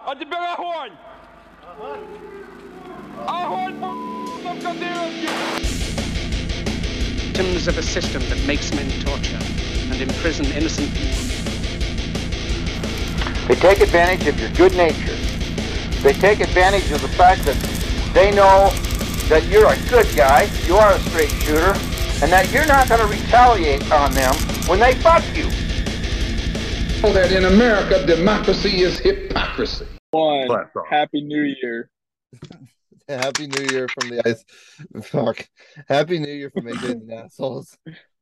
А теперь огонь! Огонь по в Кадыровке! victims of a system that makes men torture and imprison innocent people. They take advantage of your good nature. They take advantage of the fact that they know that you're a good guy, you are a straight shooter, and that you're not going to retaliate on them when they fuck you. that in America, democracy is hypocrisy. One. Laptop. Happy New Year. Happy New Year from the ice. Fuck. Happy New Year from AJ and the assholes.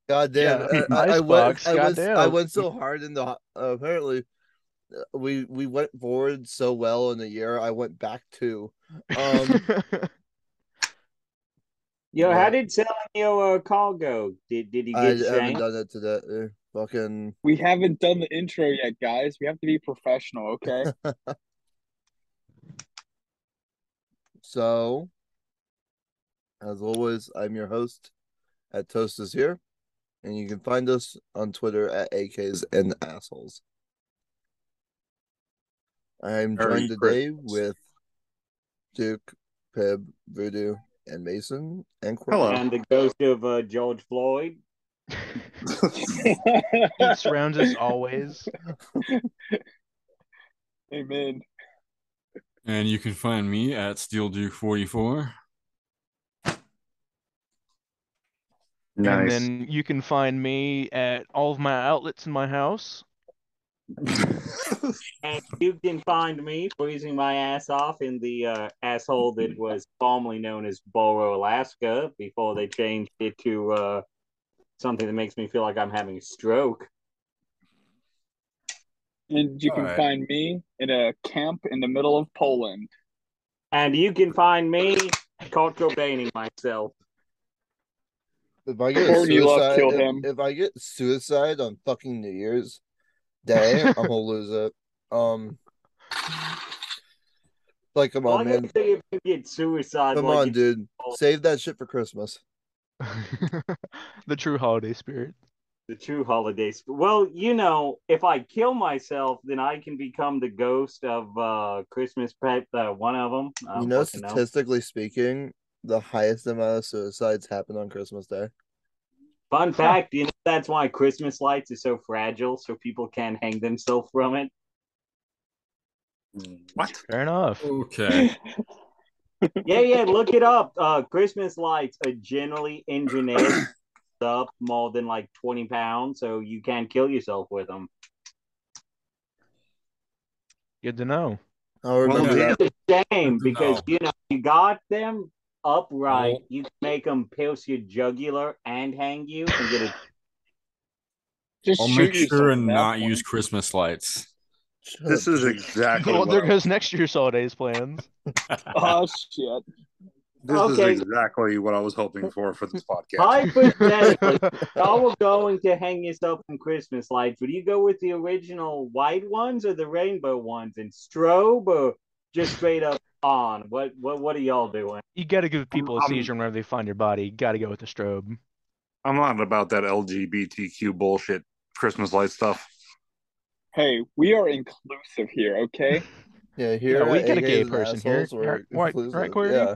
God damn. Yeah, I, I went, Icebox, I, went, I goddamn. went so hard in the. Uh, apparently, uh, we we went forward so well in the year. I went back two. Um, Yo, Yeah. how did Selenio uh, call go? Did did he I get haven't shanked? done it to that. uh, Fucking. We haven't done the intro yet, guys. We have to be professional, okay? So, as always, I'm your host at Toast is Here, and you can find us on Twitter at AKs and Assholes. I'm Merry joined today Christmas. with Duke, Pib, Voodoo, and Mason, and Hello. And the ghost of uh, George Floyd. It surrounds us always. Amen. And you can find me at Steel Duke 44. And Nice. then you can find me at all of my outlets in my house. And you can find me freezing my ass off in the uh, asshole that was formerly known as Boro, Alaska, before they changed it to uh, something that makes me feel like I'm having a stroke. And you can Alright. find me in a camp in the middle of Poland. And you can find me Kurt Cobaining myself. If I get Courtney Love suicide, killed if, him. if I get suicide on fucking New Year's Day, I'm gonna lose it. Um, like come Why on, don't man, you if you get suicide? come like on, you- dude, save that shit for Christmas. the true holiday spirit. The true holidays. Well, you know, if I kill myself, then I can become the ghost of uh Christmas pet. Uh, one of them. I you don't know, fucking statistically speaking, the highest amount of suicides happen on Christmas Day. Fun fact: you know that's why Christmas lights are so fragile, so people can hang themselves from it. What? Fair enough. Okay. Yeah, yeah. Look it up. Uh, Christmas lights are generally engineered up more than like twenty pounds, so you can kill yourself with them. Good to know. I remember yeah. that. It's a shame because you know you got them upright. Well- You can make them pierce your jugular and hang you and get a Just I'll shoot make yourself sure and at that not point. use Christmas lights. Shut This up, is dude. exactly Well, what there I- goes next year's holidays plans. Oh shit. this Okay. is exactly what I was hoping for for this podcast. hypothetically. Y'all were going to hang yourself from Christmas lights. Would you go with the original white ones or the rainbow ones and strobe or just straight up on? What what what are y'all doing? you got to give people a Um, I'm- seizure whenever they find your body. You got to go with the strobe. I'm not about that LGBTQ bullshit Christmas light stuff. Hey, we are inclusive here, okay? Yeah, here we at get a gay AKs and person here. Assholes, we're Right, right, inclusive. right, Courtney? Yeah.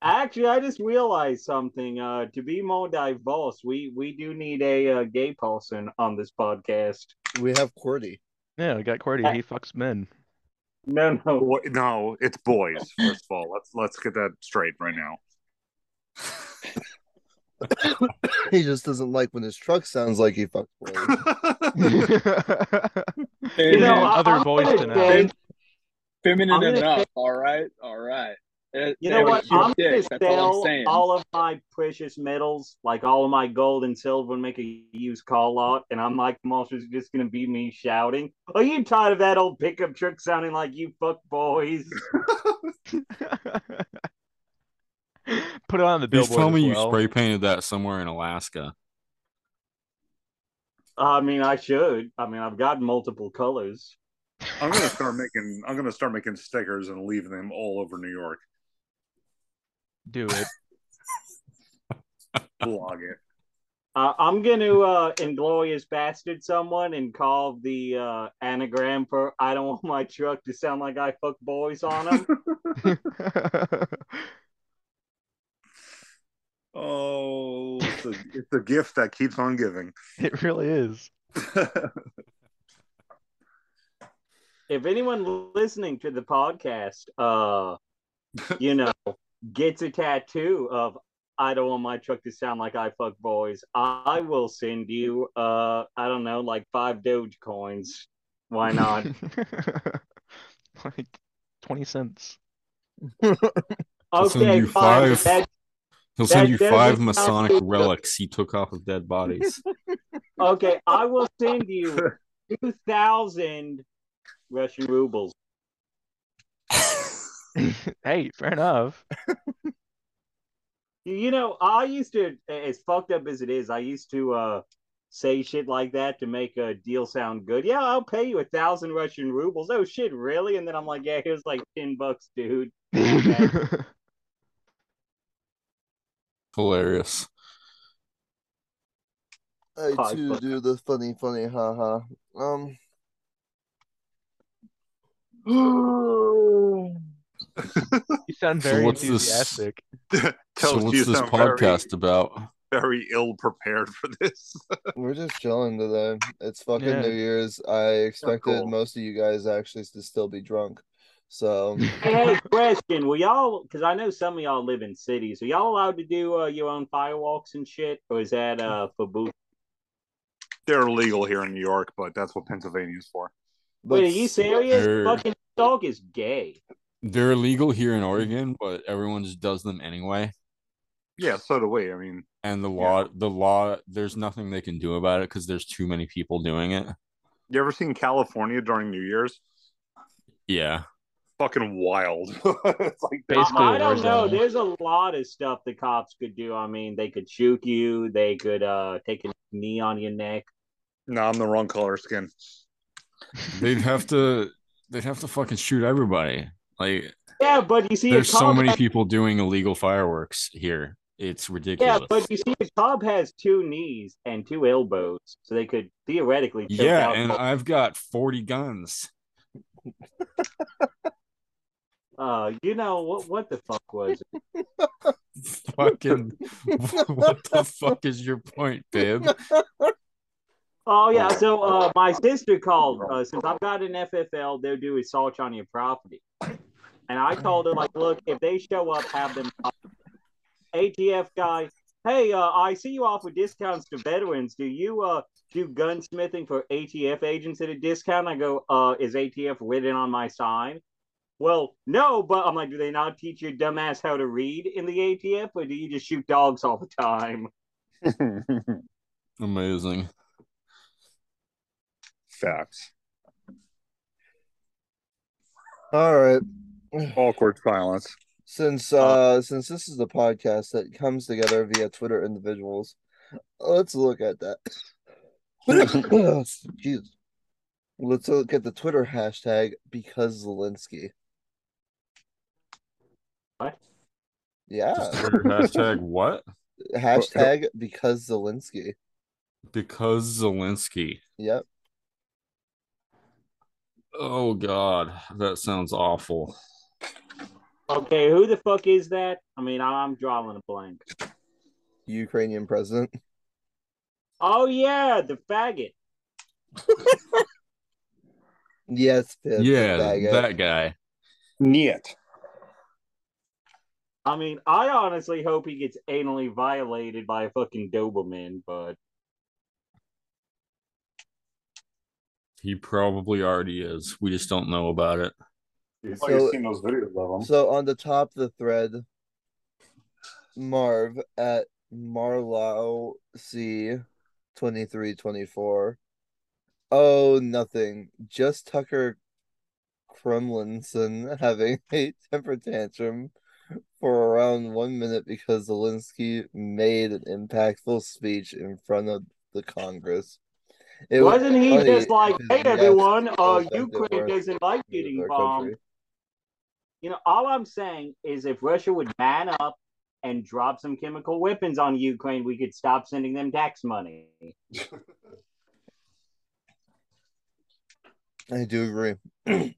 Actually, I just realized something. Uh, to be more diverse, we we do need a uh, gay person on this podcast. We have Cordy. Yeah, we got QWERTY. He fucks men. No, no. Boy, no, it's boys. First of all, let's let's get that straight right now. He just doesn't like when his truck sounds like he fucked Cordy. You know, Amen. I- other I'm voice gonna say- tonight. Feminine I'm gonna enough. say- all right. All right. It- You it know was what? your I'm gonna dick, That's all I'm sell saying. all of my precious metals, like all of my gold and silver, and make a used car lot. And I'm like, Monster's just gonna be me shouting, "Are you tired of that old pickup truck sounding like you fuck boys?" Put it on the Please billboard. tell as me well. you spray painted that somewhere in Alaska. I mean, I should. I mean, I've got multiple colors. I'm gonna start making I'm gonna start making stickers and leaving them all over New York. Do it. Blog it. Uh, I'm going to uh, inglorious bastard someone and call the uh, anagram for I don't want my truck to sound like I fuck boys on them. Oh, it's a, it's a gift that keeps on giving. it really is. if anyone listening to the podcast, uh, you know, gets a tattoo of I don't want my truck to sound like I fuck boys, I will send you, uh, I don't know, like five Doge coins. Why not? like twenty cents. He'll send okay, you fine. five- That, He'll send That you doesn't five sound Masonic good. relics he took off of dead bodies. okay, I will send you 2,000 Russian rubles. hey, fair enough. You know, I used to, as fucked up as it is, I used to uh, say shit like that to make a deal sound good. Yeah, I'll pay you a thousand Russian rubles. Oh shit, really? And then I'm like, yeah, here's like ten bucks, dude. Hilarious. I Hi, too fuck. do the funny, funny, haha. Um, You sound So very what's this- enthusiastic. So Tells you what's this sound podcast about? Very, very ill prepared for this. we're just chilling today. It's fucking Yeah. New Year's. I expected cool. most of you guys actually to still be drunk. So I had a question. Were y'all because I know some of y'all live in cities. Are y'all allowed to do uh, your own firewalks and shit, or is that uh for boot? They're illegal here in New York, but that's what Pennsylvania's for. but Wait, are you serious? Sure. Fucking dog is gay. They're illegal here in Oregon, but everyone just does them anyway. Yeah, so do we. I mean, And the law, the law, there's nothing they can do about it because there's too many people doing it. you ever seen California during New Year's? Yeah. Fucking wild. it's like Basically, I, I don't know. Arizona. There's a lot of stuff the cops could do. I mean, they could shoot you. They could uh take a knee on your neck. no, I'm the wrong color skin. They'd have to they'd have to fucking shoot everybody. Like Yeah, but you see, there's a cop so many has- people doing illegal fireworks here. It's Yeah, ridiculous. but you see, a cop has two knees and two elbows, so they could theoretically. choke Yeah, out and both. I've got 40 guns. uh, you know what? What the fuck was it? Fucking what the fuck is your point, babe? Oh yeah, so uh, my sister called uh, since I've got an FFL, they'll do a search on your property, and I told her like, look, if they show up, have them. pop. ATF guy, hey, uh, I see you offer discounts to veterans. Do you uh do gunsmithing for ATF agents at a discount? I go, uh, is ATF written on my sign? Well, no, but I'm like, do they not teach your dumbass how to read in the ATF, or do you just shoot dogs all the time? Amazing. Facts. all right. Awkward silence. Since uh since this is the podcast that comes together via Twitter individuals, let's look at that. Jeez. Let's look at the Twitter hashtag because Zelensky. What? Yeah. Just Twitter hashtag what? Hashtag because Zelensky. Because Zelensky. Yep. Oh god, that sounds awful. Okay, who the fuck is that? I mean, I'm drawing a blank. Ukrainian president. Oh yeah, the faggot. Yes, Pip. yeah, faggot. that guy. Niet. I mean, I honestly hope he gets anally violated by a fucking Doberman, but He probably already is. We just don't know about it. You've So- seen those videos of them. So on the top of the thread, Marv at Marlow C twenty three twenty four. Oh nothing. Just Tucker Kremlinson having a temper tantrum for around one minute because Zelensky made an impactful speech in front of the Congress. It was wasn't he funny just like, because, "Hey yes, everyone, it uh, affected Ukraine our- doesn't like getting our bombed." country. You know, all I'm saying is, if Russia would man up and drop some chemical weapons on Ukraine, we could stop sending them tax money. I do agree. I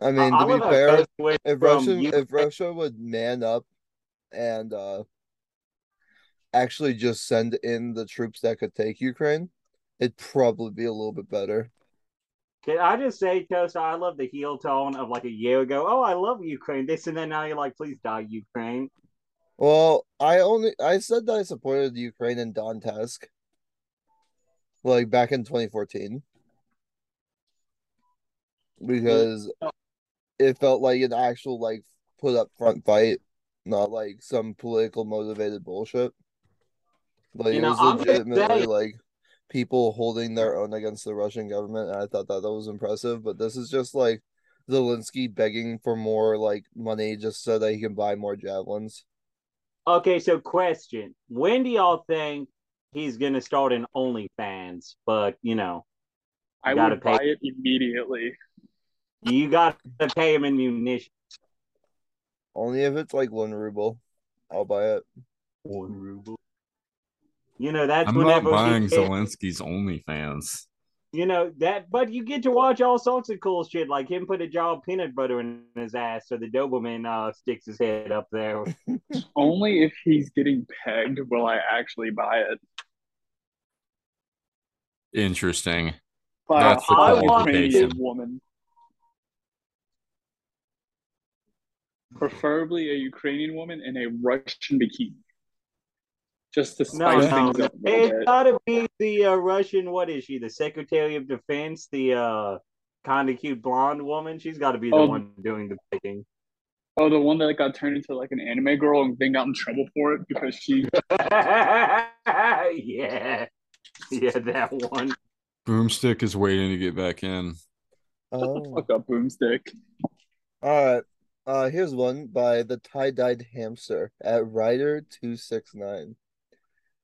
I- mean, I to be love how it fair, goes away if from Russia you- if Russia would man up and uh actually just send in the troops that could take Ukraine, it'd probably be a little bit better. Can I just say, Costa, I love the heel tone of like a year ago. Oh, I love Ukraine. This and then now you're like, please die, Ukraine. Well, I only I said that I supported Ukraine and Don Tusk, like back in 2014, because it felt like an actual like put up front fight, not like some political motivated bullshit. Like You it know, was I'm gonna legitimately say- like people holding their own against the Russian government, and I thought that that was impressive. But this is just like Zelensky begging for more like money just so that he can buy more javelins. Okay, so question. When do y'all think he's gonna start an OnlyFans? But you know, I gotta would pay. buy it immediately. you gotta pay him in munitions. Only if it's like one ruble, I'll buy it. One ruble. You know, that's I'm not whenever he buying gets- Zelensky's OnlyFans. you know that but you get to watch all sorts of cool shit like him put a jar of peanut butter in his ass so the doberman uh sticks his head up there Only if he's getting pegged will I actually buy it. Interesting. By That's a the hot qualification. Romanian woman. Preferably a Ukrainian woman in a Russian bikini. Just to no spice no, things no. up a little it's bit. gotta be the uh, russian what is she the secretary of defense the uh kind of cute blonde woman she's got to be the Oh. one doing the picking Oh, the one that got turned into like an anime girl and then got in trouble for it because she yeah yeah that one Boomstick is waiting to get back in. shut Oh. the fuck up, boomstick. All right. Uh, here's one by the tie dyed hamster at Rider two six nine.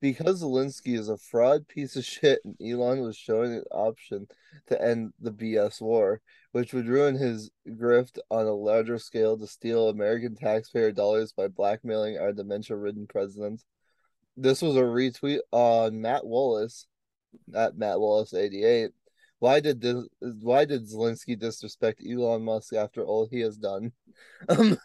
Because Zelensky is a fraud piece of shit, and Elon was showing an option to end the BS war, which would ruin his grift on a larger scale to steal American taxpayer dollars by blackmailing our dementia-ridden president. This was a retweet on Matt Wallace, at Matt Wallace eighty eight, why did this, why did Zelensky disrespect Elon Musk after all he has done? Um,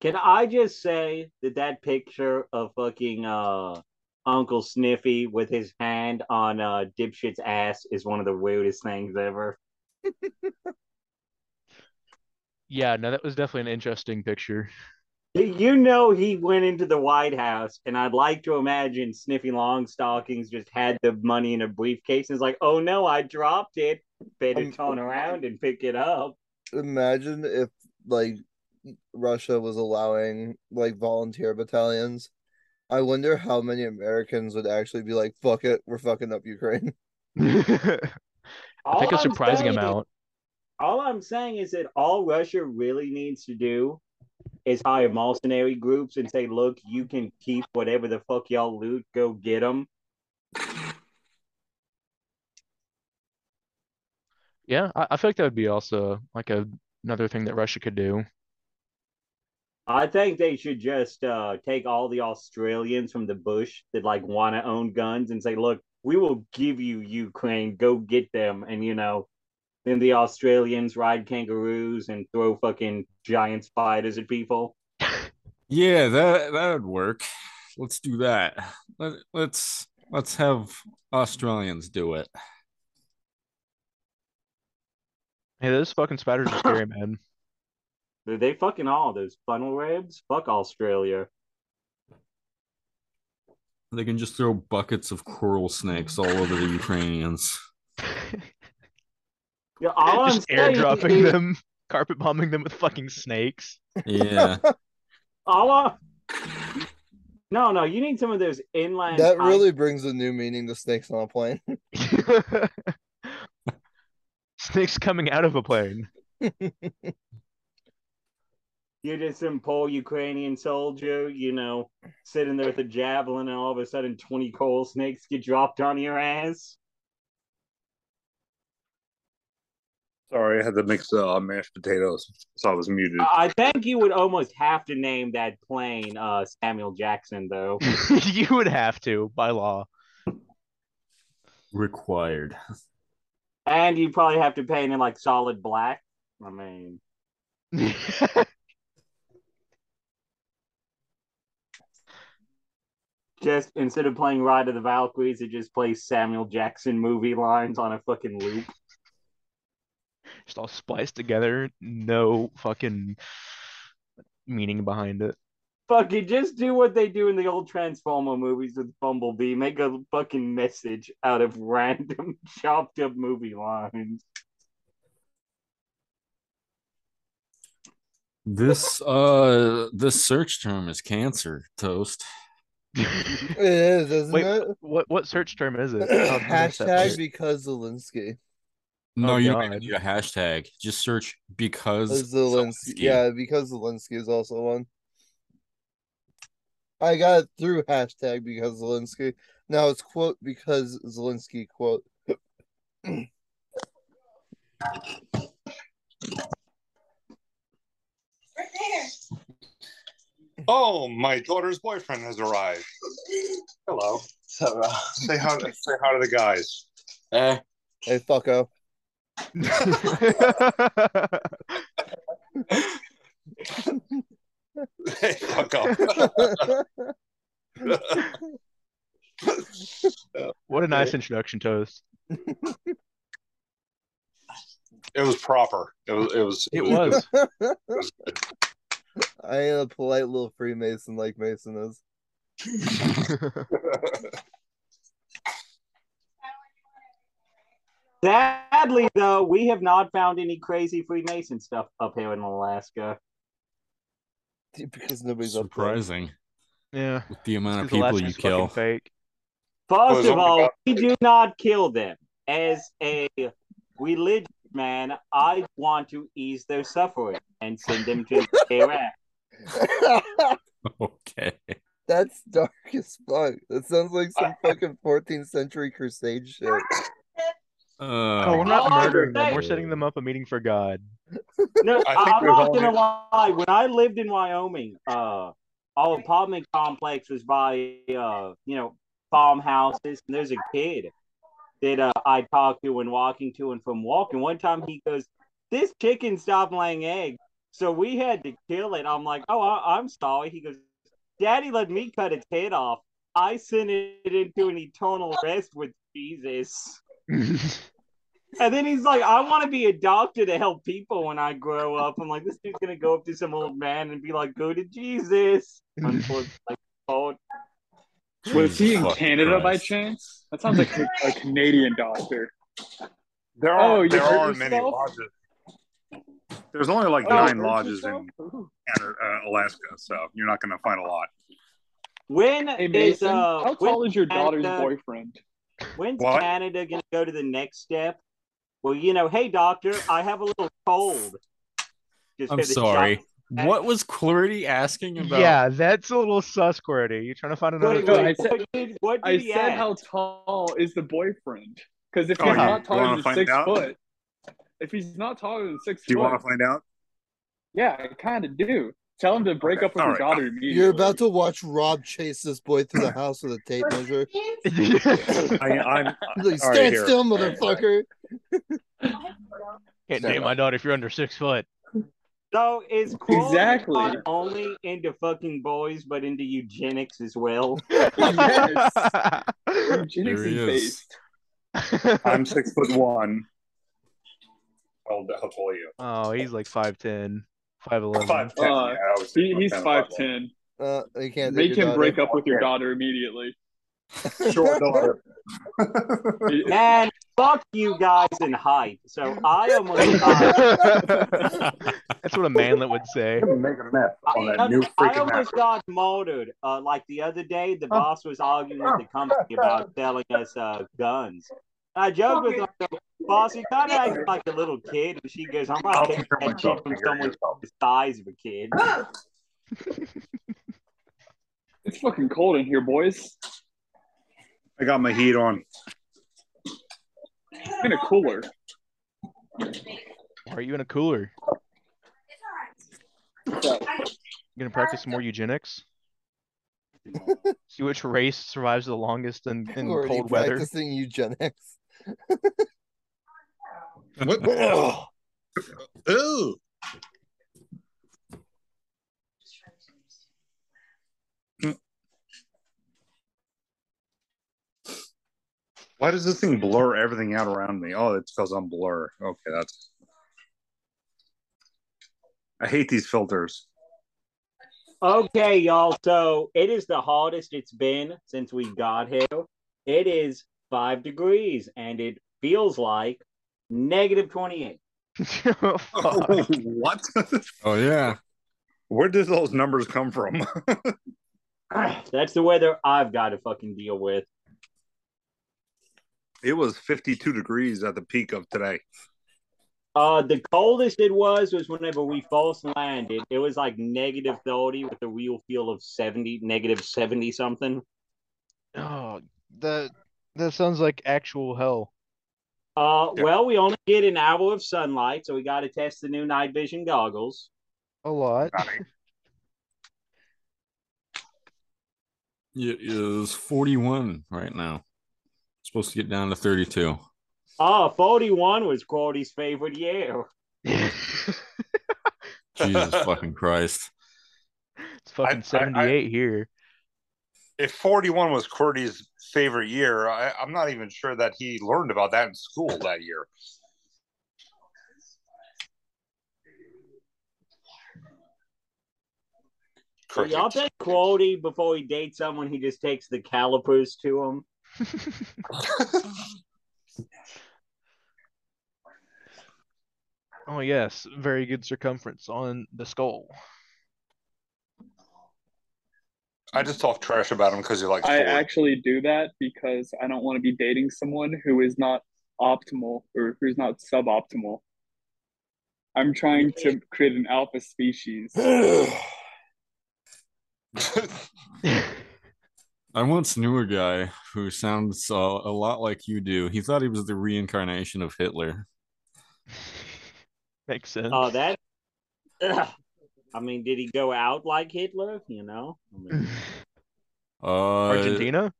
Can I just say that that picture of fucking uh, Uncle Sniffy with his hand on uh, Dipshit's ass is one of the weirdest things ever? Yeah, no, that was definitely an interesting picture. You know, he went into the White House, and I'd like to imagine Sniffy Longstockings just had the money in a briefcase and is like, oh no, I dropped it. Better Um, turn around and pick it up. imagine if like Russia was allowing like volunteer battalions. I wonder how many Americans would actually be like, "Fuck it, we're fucking up Ukraine." I All think a I'm surprising saying- amount. All I'm saying is that all Russia really needs to do is hire mercenary groups and say, "Look, you can keep whatever the fuck y'all loot. Go get them." Yeah, I, I feel like that would be also like a, another thing that Russia could do. I think they should just uh, take all the Australians from the bush that like want to own guns and say, "Look, we will give you Ukraine. Go get them." And you know, then the Australians ride kangaroos and throw fucking giant spiders at people. Yeah, that that would work. Let's do that. Let, let's let's have Australians do it. Hey, those fucking spiders are scary, man. They- They fucking all those funnel ribs. Fuck Australia. They can just throw buckets of coral snakes all over the Ukrainians. Yeah, all Just I'm saying is- airdropping them, carpet bombing them with fucking snakes. Yeah. All I... No, no, you need some of those inland. that ice- really brings a new meaning to snakes on a plane. Snakes coming out of a plane. You're just some poor Ukrainian soldier, you know, sitting there with a javelin, and all of a sudden, twenty coral snakes get dropped on your ass. Sorry, I had to mix uh, mashed potatoes, so I was muted. I think you would almost have to name that plane uh, Samuel Jackson, though. you would have to by law. Required. And you'd probably have to paint it like solid black. I mean, just instead of playing Ride of the Valkyries, it just plays Samuel Jackson movie lines on a fucking loop. Just all spliced together, no fucking meaning behind it. Fucking just do what they do in the old Transformer movies with Bumblebee. Make a fucking message out of random chopped up movie lines. This uh this search term is cancer toast. It is, isn't Wait, it? what what search term is it? How do you miss that Hashtag part? because Zelinsky. No, Oh, you don't even God. need a hashtag. Just search because Zelensky. Zelensky. Yeah, because Zelensky is also one. I got it through hashtag because Zelensky. Now it's quote because Zelensky quote. Oh, my daughter's boyfriend has arrived. Hello. So, uh, say hi. Say hi to the guys. Hey, fucko. Hey, fuck off. what a nice introduction, Toast. It was proper. It was. It was. It was. I ain't a polite little Freemason like Mason is. Sadly, though, we have not found any crazy Freemason stuff up here in Alaska. Because nobody's up there. Surprising yeah. with the amount of Because the last people you name's fucking kill. Fake. Well, First there's of only all, about- we do not kill them. As a religious man, I want to ease their suffering and send them to Iraq. Okay. That's dark as fuck. That sounds like some fucking 14th century crusade shit. Uh, Oh, we're not God. murdering them. We're setting them up a meeting for God. No, I think I am there's not only- gonna lie. When I lived in Wyoming, uh, our apartment complex was by uh, you know farmhouses, and there's a kid that uh, I talked to when walking to and from walk. And one time he goes, "This chicken stopped laying eggs, so we had to kill it." I'm like, "Oh, I- I'm sorry." He goes, "Daddy let me cut its head off. I sent it into an eternal rest with Jesus." And then he's like, I want to be a doctor to help people when I grow up. I'm like, this dude's going to go up to some old man and be like, go to Jesus. Unfortunately, oh, Was he in Jesus Canada by Christ. chance? That sounds like a, a Canadian doctor. There are Oh, you there hurt are many yourself? lodges. There's only like Oh, nine hurt lodges yourself? in Canada, uh, Alaska, so you're not going to find a lot. when Hey is, Mason, uh, how when- tall is your daughter's Canada- boyfriend? when's What? Canada going to go to the next step? Well, you know, hey, doctor, I have a little cold. Just I'm hit the sorry. doc- What was Clarity asking about? yeah, that's a little sus, Qwerty. You're trying to find another Wait, No, topic? I said- wait, what did, what did I he said ask? how tall is the boyfriend? Because if Oh, he's you not taller wanna than find six out? foot, if he's not taller than six Do you want foot, to find out? yeah, I kind of do. Tell him to break Okay, up with all your right. daughter immediately. You're about to watch Rob chase this boy through the house with a tape measure. I, I'm He's like, All right, stand here. still, All right, all right. motherfucker. Shut Can't date my daughter if you're under six foot. So is Quora Exactly. not only into fucking boys, but into eugenics as well? Yes. Eugenics There he is is. based. I'm six foot one. I'll, I'll tell you. oh, he's like 5'10, 5'11. Five ten. Uh, yeah, I was He, six foot he's ten, five ten. Uh, I can't Make take him your break daughter. up with your daughter immediately. Short daughter. Man, fuck you guys in hype. So I almost got, That's what a manlet would say. I'm gonna make a mess on I, that new I freaking map. almost got martyred. Uh, like the other day, the boss was arguing with the company about selling us uh, guns. I joked with her, boss, you kind of act like a little kid. And she goes, I'm I'll not taking picture that myself shit from figuring someone this out. the size of a kid. It's fucking cold in here, boys. I got my heat on. It's in a cooler. Why are you in a cooler? You gonna practice some more eugenics? See which race survives the longest in, in Already cold weather. practicing eugenics. What? Ooh. Why does this thing blur everything out around me? Oh, it's because I'm blur. Okay, that's. I hate these filters. Okay, y'all. So it is the hottest it's been since we got here. It is five degrees, and it feels like negative twenty-eight. Fuck. what? Oh yeah. Where did those numbers come from? That's the weather I've got to fucking deal with. it was 52 degrees at the peak of today. Uh, the coldest it was was whenever we first landed. It was like negative thirty with a real feel of seventy, negative seventy something. Oh, that that sounds like actual hell. Uh, Yeah. well, we only get an hour of sunlight, so we got to test the new night vision goggles. A lot. It is 41 right now. Supposed to get down to 32. Oh, 41 was Cody's favorite year. it's Jesus fucking Christ. fucking I- I- 78 here. If 41 was Cordy's favorite year, I, I'm not even sure that he learned about that in school that year. So y'all Crickets. take Cody before he dates someone, he just takes the calipers to him. Oh yes, very good circumference on the skull. I just talk trash about him because he likes I Ford. actually do that because I don't want to be dating someone who is not optimal or who's not suboptimal. I'm trying to create an alpha species. I once knew a guy who sounds uh, a lot like you do. He thought he was the reincarnation of Hitler. Makes sense. Oh, that. Ugh. I mean, did he go out like Hitler? You know? I mean, Uh, Argentina?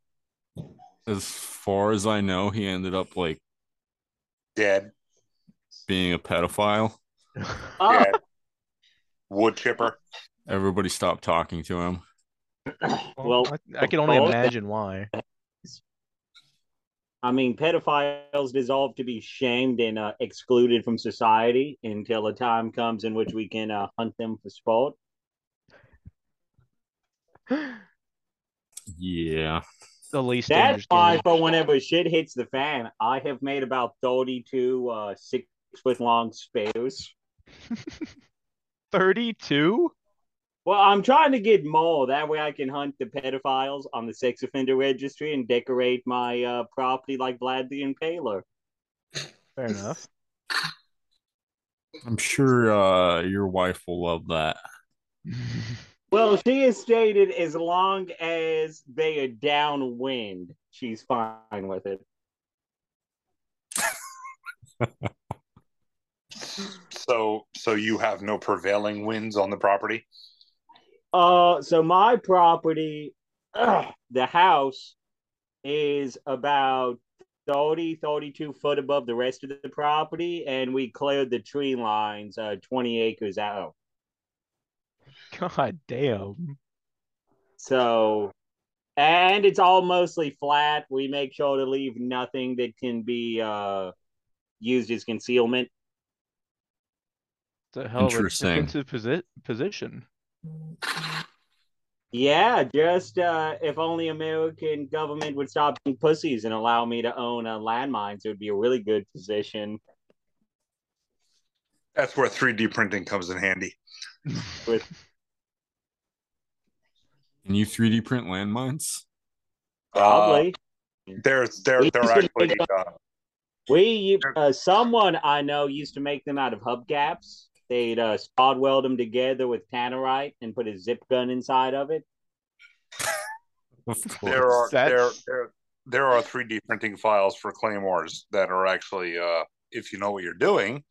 As far as I know, he ended up like Dead. being a pedophile. oh, Dead. Wood chipper. Everybody stopped talking to him. well, I, I can only well, imagine why. I mean, pedophiles deserve to be shamed and uh, excluded from society until a time comes in which we can uh, hunt them for sport. Yeah. The least That's dangerous why, game. for whenever shit hits the fan, I have made about 32 uh, six foot long spares. 32? Well, I'm trying to get more. That way I can hunt the pedophiles on the sex offender registry and decorate my uh, property like Vlad the Impaler. Fair enough. I'm sure uh, your wife will love that. Well, she has stated as long as they are downwind, she's fine with it. So, so you have no prevailing winds on the property. Uh, so my property, ugh, the house is about 30, 32 foot above the rest of the property, and we cleared the tree lines uh, 20 acres out. God damn. So, and it's all mostly flat. We make sure to leave nothing that can be uh, used as concealment. It's a hell of a Interesting. defensive posi- position. Yeah, just uh, if only American government would stop being pussies and allow me to own uh, landmines, it would be a really good position. That's where 3D printing comes in handy. Can you 3D print landmines? Probably. Uh, there's there We there used are to actually make uh, We u- uh, someone I know used to make them out of hubcaps. They'd uh, spot weld them together with tannerite and put a zip gun inside of it. Of there are there, That's- there there are 3D printing files for claymores that are actually uh, if you know what you're doing,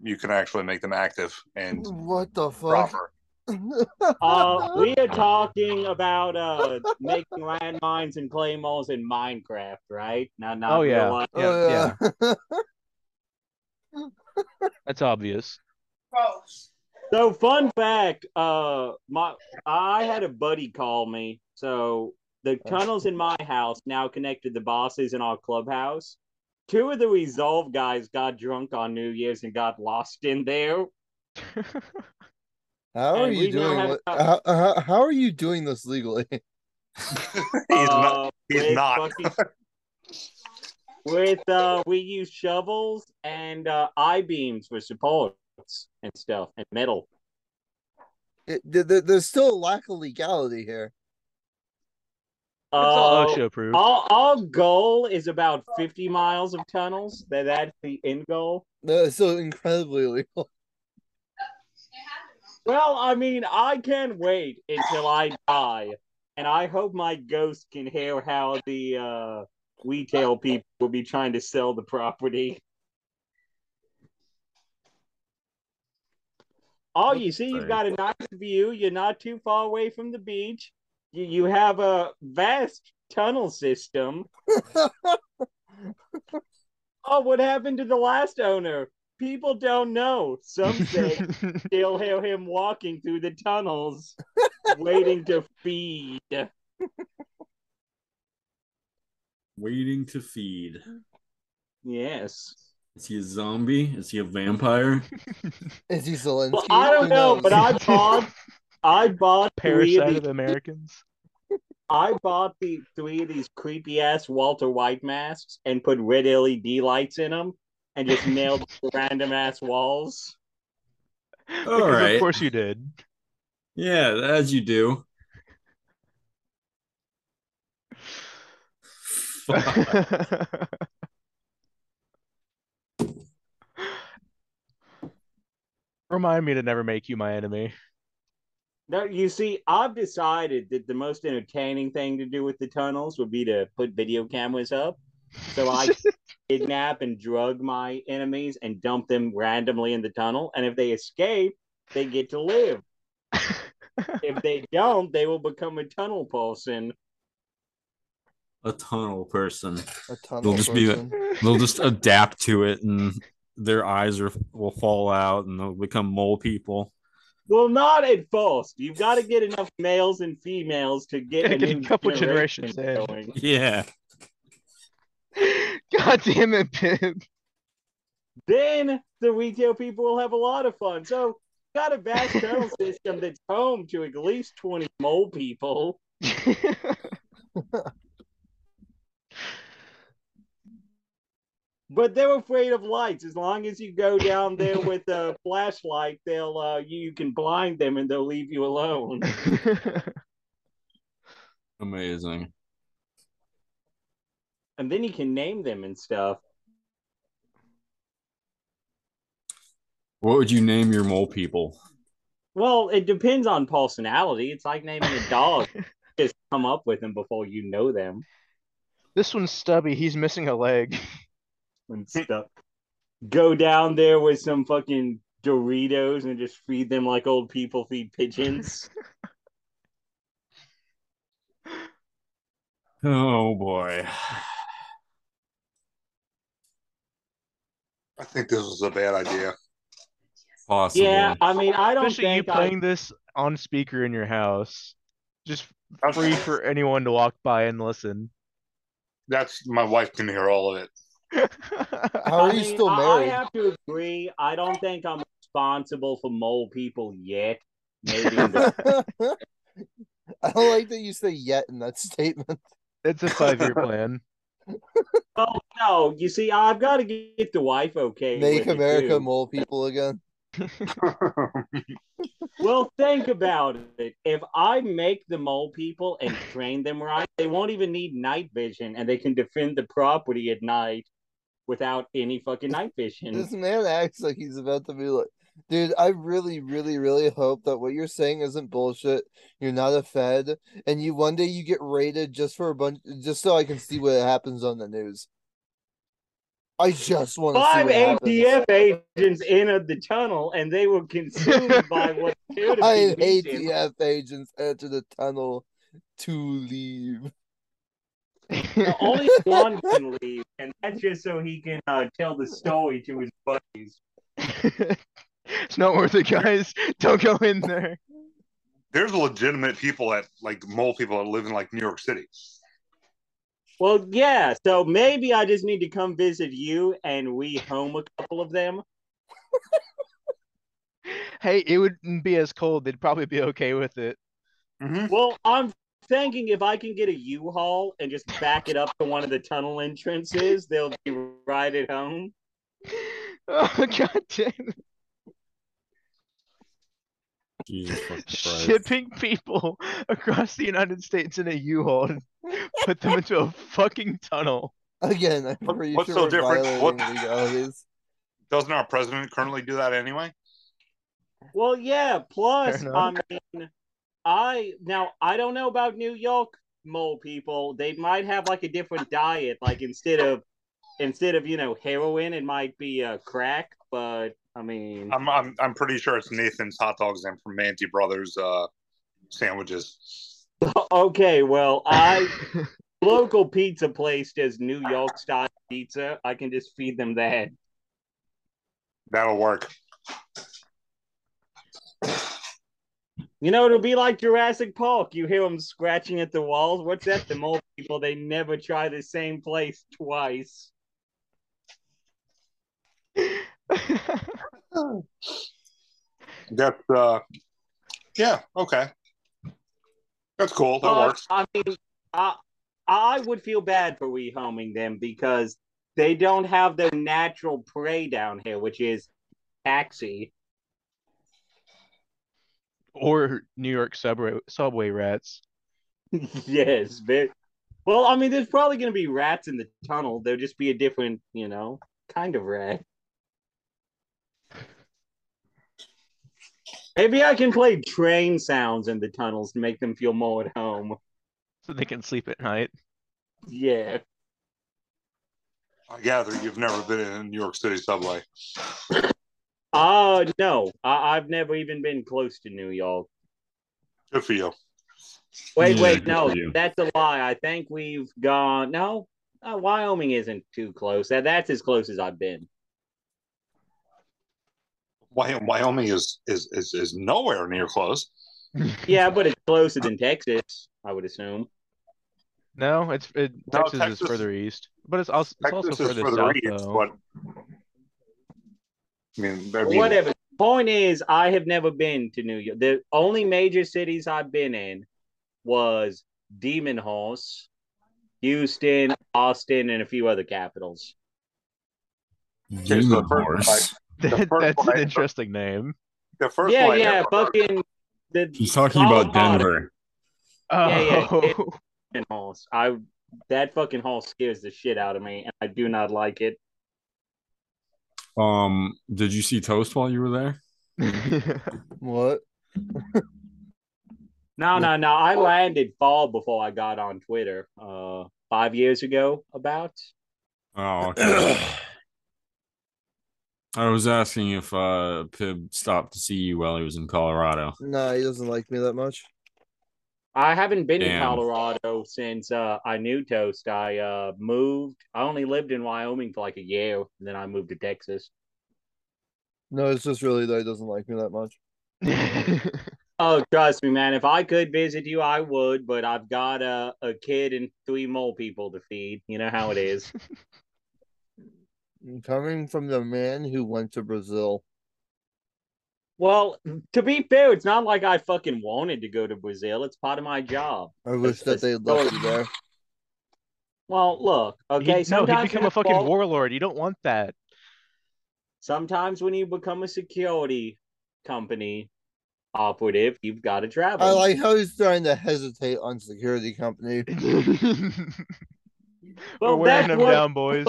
you can actually make them active and What the fuck? Oh, proper. Uh, we are talking about uh, making landmines and claymores in Minecraft, right? Now, not Oh, real yeah. life. Yeah, oh, yeah. That's obvious. So, fun fact: uh, my I had a buddy call me. So the tunnels in my house now connected to bosses in our clubhouse. Two of the resolve guys got drunk on New Year's and got lost in there. How are And you we now doing? have what- How, a- how, how are you doing this legally? He's not. Uh, he's with not. fucking- with uh, we use shovels and uh, I beams for supports and stuff and metal. It, there, there- there's still a lack of legality here. It's Uh, all OSHA approved. Our, our goal is about 50 miles of tunnels. That that's the end goal. No, It's so incredibly illegal. Well, I mean, I can't wait until I die, and I hope my ghost can hear how the uh, retail people will be trying to sell the property. Oh, you see, you've got a nice view. You're not too far away from the beach. You, you have a vast tunnel system. Oh, what happened to the last owner? People don't know. Some say they'll hear him walking through the tunnels, waiting to feed. Waiting to feed. Yes. Is he a zombie? Is he a vampire? Is he Zelensky? Well, I don't Who know, knows? but I bought, I bought three of Parasite of these, Americans. I bought the three of these creepy ass Walter White masks and put red LED lights in them and just nailed them to random ass walls. because right. of course you did. Yeah, as you do. Fuck. Remind me to never make you my enemy. No, you see, I've decided that the most entertaining thing to do with the tunnels would be to put video cameras up. So I kidnap and drug my enemies and dump them randomly in the tunnel. And if they escape, they get to live. if they don't, they will become a tunnel person. a tunnel person. A tunnel They'll just be person. They'll just uh, adapt to it, and their eyes are will fall out, and they'll become mole people. Well, not at first. You've got to get enough males and females to get Gotta a get a new couple generation generations in. going. Yeah. God damn it, Pim. then the retail people will have a lot of fun. So got a vast tunnel system that's home to at least 20 mole people. But they're afraid of lights. As long as you go down there with a flashlight, they'll uh, you, you can blind them and they'll leave you alone. Amazing. And then you can name them and stuff. What would you name your mole people? Well, it depends on personality. It's like naming a dog. Just come up with them before you know them this one's stubby. He's missing a leg. and stuff. Go down there with some fucking Doritos and just feed them like old people feed pigeons. Oh boy. I think this was a bad idea. Possible. yeah, I mean, I don't Especially you think I, playing this on speaker in your house. Just free for anyone to walk by and listen. That's my wife can hear all of it. How are I you mean, still I- married? I have to agree. I don't think I'm responsible for mole people yet. Maybe in the- I don't like that you say yet in that statement. It's a five year plan. well, no. You see, I've got to get the wife okay. Make with it, America too. mole people again. Well, think about it. If I make the mole people and train them right, they won't even need night vision, and they can defend the property at night without any fucking night vision. This man acts like he's about to be like, dude. I really, really, really hope that what you're saying isn't bullshit. You're not a Fed, and you one day you get raided just for a bunch, just so I can see what happens on the news. I just want to Five see what ATF agents entered the tunnel and they were consumed by what appeared to Five be beaten. ATF agents enter the tunnel to leave. Now, Only one can leave, and that's just so he can uh, tell the story to his buddies. It's not worth it, guys. Don't go in there. There's legitimate people that like mole people that live in like New York City. Well, yeah, so maybe I just need to come visit you and we home a couple of them. Hey, it wouldn't be as cold. They'd probably be okay with it. Mm-hmm. Well, I'm thinking if I can get a U-Haul and just back it up to one of the tunnel entrances, they'll be right at home. Oh god damn! it. Jesus fucking Christ. Shipping people across the United States in a U-Haul, and put them into a fucking tunnel. Again, I'm What- pretty what's sure so we're different? violating What- legalities. Doesn't our president currently do that anyway? Well, yeah. Plus, Fair I enough. mean, I now I don't know about New York mole people. They might have like a different diet. Like instead of instead of you know heroin, it might be uh, crack. But I mean, I'm I'm I'm pretty sure it's Nathan's hot dogs and Fermanti Brothers uh sandwiches. Uh, okay. Well, I local pizza place does New York style pizza. I can just feed them that. That'll work. You know, it'll be like Jurassic Park. You hear them scratching at the walls. What's that? The mole people, they never try the same place twice. That's uh yeah, okay. That's cool. That But, works. Uh, I mean, I I would feel bad for rehoming them because they don't have their natural prey down here, which is taxi. or New York subway subway rats. yes, but well, I mean, there's probably going to be rats in the tunnel. There'll just be a different, you know, kind of rat. Maybe I can play train sounds in the tunnels to make them feel more at home. So they can sleep at night. Yeah. I gather you've never been in a New York City subway. Uh no, I- I've never even been close to New York. Good for you. Wait, Yeah, wait, good no, for you. that's a lie. I think we've gone. No, uh, Wyoming isn't too close. That that's as close as I've been. Wy- Wyoming is is is, is nowhere near close. Yeah, but it's closer than Texas, I would assume. No, it's it, No, Texas, Texas- is further east, but it's also it's also Texas is further further south east, though. but I mean, I mean, Whatever. Point is, I have never been to New York. The only major cities I've been in was Demon Horse, Houston, Austin, and a few other capitals. Here's the Demon first horse. part. That- first that's one an I- interesting name. the first yeah, one I yeah, ever heard- fucking the He's talking Oh, about Colorado. Denver. Yeah, yeah, Oh, it- Demon Horse. I that fucking horse scares the shit out of me, and I do not like it. Um, did you see Toast while you were there? What? No, no, no. I landed fall before I got on Twitter, uh, five years ago, about. Oh, okay. I was asking if uh Pib stopped to see you while he was in Colorado. Nah, he doesn't like me that much. I haven't been Damn. to Colorado since uh, I knew Toast. I uh, moved. I only lived in Wyoming for like a year, and then I moved to Texas. No, it's just really that he doesn't like me that much. Oh, trust me, man. If I could visit you, I would, but I've got a, a kid and three mole people to feed. You know how it is. Coming from the man who went to Brazil. well, to be fair, it's not like I fucking wanted to go to Brazil. It's part of my job. I wish that That's- they that's left you there. Well, look, okay. He- no, he'd sometimes become when a fucking I walk- warlord. You don't want that. Sometimes when you become a security company operative, you've got to travel. I like how he's trying to hesitate on security company. We're that's wearing them what- down, boys.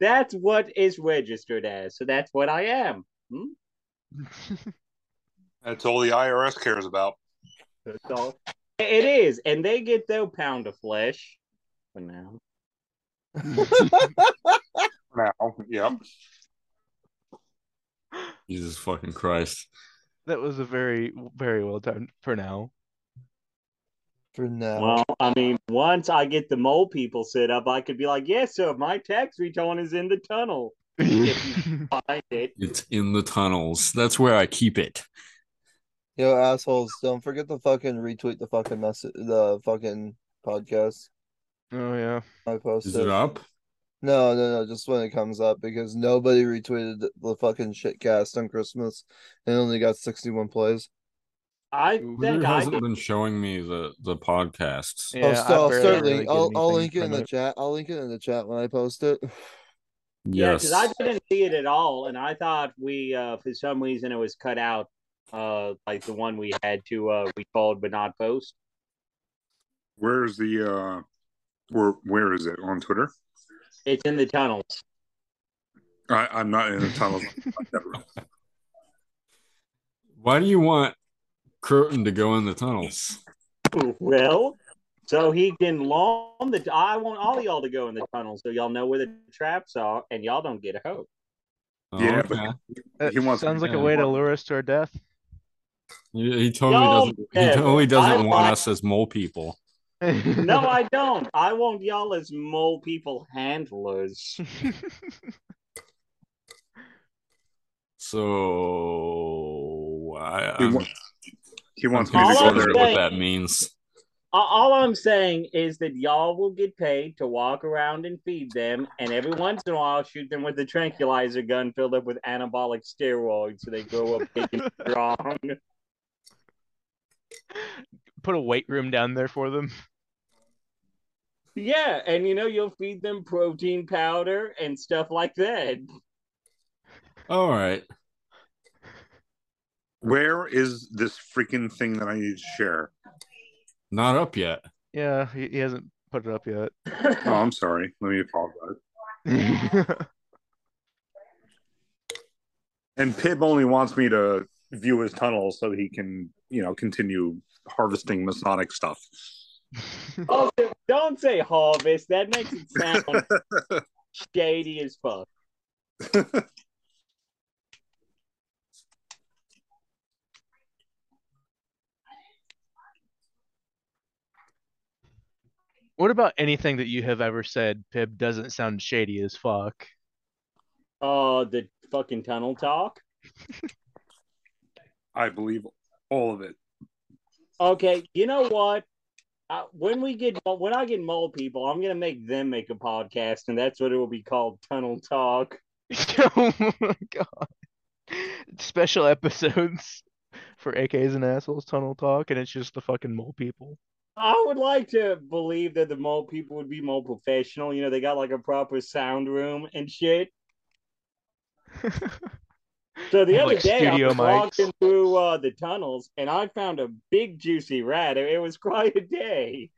That's what is registered as. So that's what I am. Hmm? That's all the IRS cares about. That's all. It is, and they get their pound of flesh. For now, now. Yep. Jesus fucking Christ. That was a very, very well done for now. For now. Well, I mean, once I get the mole people set up, I could be like, yes, sir, my tax return is in the tunnel. if you find it. It's in the tunnels. That's where I keep it. Yo, assholes, don't forget to fucking retweet the fucking message, the fucking podcast. Oh yeah. I posted. Is it up? No, no, no. Just when it comes up because nobody retweeted the- the fucking shitcast on Christmas and it only got 61 plays. I Who think I hasn't did. been showing me the the podcasts? Yeah, oh, so, I barely certainly. really get I'll, I'll anything link it in from the chat. I'll link it in the chat when I post it. Yeah, Yes. because I didn't see it at all, and I thought we, uh, for some reason, it was cut out, uh, like the one we had to uh, recalled but not post. Where's the uh where where is it? On Twitter? It's in the tunnels. I, I'm not in the tunnels. Why do you want Croton to go in the tunnels? Well, so he can long the. I want all y'all to go in the tunnels so y'all know where the traps are, and y'all don't get a hope. Oh, Yeah, okay. but- That He wants- sounds like a yeah. way to lure us to our death. he, he totally No, doesn't. yeah, He totally doesn't I want like- us as mole people. No, I don't. I want y'all as mole people handlers. So I, He, I'm wa- he wants me to confused go All there. with I'm what saying- that means. A- All I'm saying is that y'all will get paid to walk around and feed them, and every once in a while shoot them with a tranquilizer gun filled up with anabolic steroids so they grow up big and strong. Put a weight room down there for them. Yeah, and you know, you'll feed them protein powder and stuff like that. All right. Where is this freaking thing that I need to share? Not up yet. Yeah, he, he hasn't put it up yet. Oh, I'm sorry. Let me apologize. And Pib only wants me to view his tunnel so he can, you know, continue harvesting Masonic stuff. Oh, don't say harvest. That makes it sound shady as fuck. what about anything that you have ever said, Pib, doesn't sound shady as fuck? Oh, the fucking tunnel talk. I believe all of it. Okay, you know what? Uh, when we get when I get mole people, I'm gonna make them make a podcast, and that's what it will be called, Tunnel Talk. oh my god. Special episodes for AKs and assholes, tunnel talk, and it's just the fucking mole people. I would like to believe that the mole people would be more professional. You know, they got like a proper sound room and shit. So the Have, other like, day, I studio was mics. walking through uh, the tunnels, and I found a big juicy rat. It it was quite a day.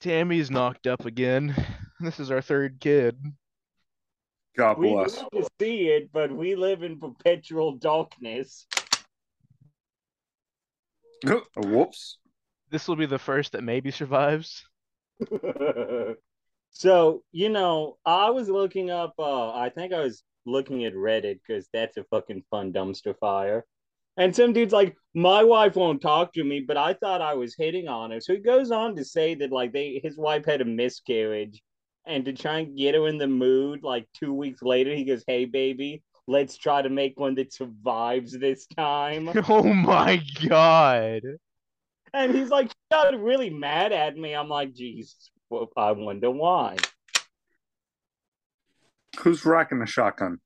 Tammy's knocked up again. This is our third kid. God We bless. love to see it, but we live in perpetual darkness. Oh, Whoops. This will be the first that maybe survives. so you know i was looking up uh i think i was looking at reddit because that's a fucking fun dumpster fire and some dude's like my wife won't talk to me but i thought i was hitting on her so he goes on to say that like they his wife had a miscarriage and to try and get her in the mood like two weeks later he goes hey baby let's try to make one that survives this time Oh my god. and he's like got really mad at me i'm like jesus well, i wonder why Who's rocking the shotgun?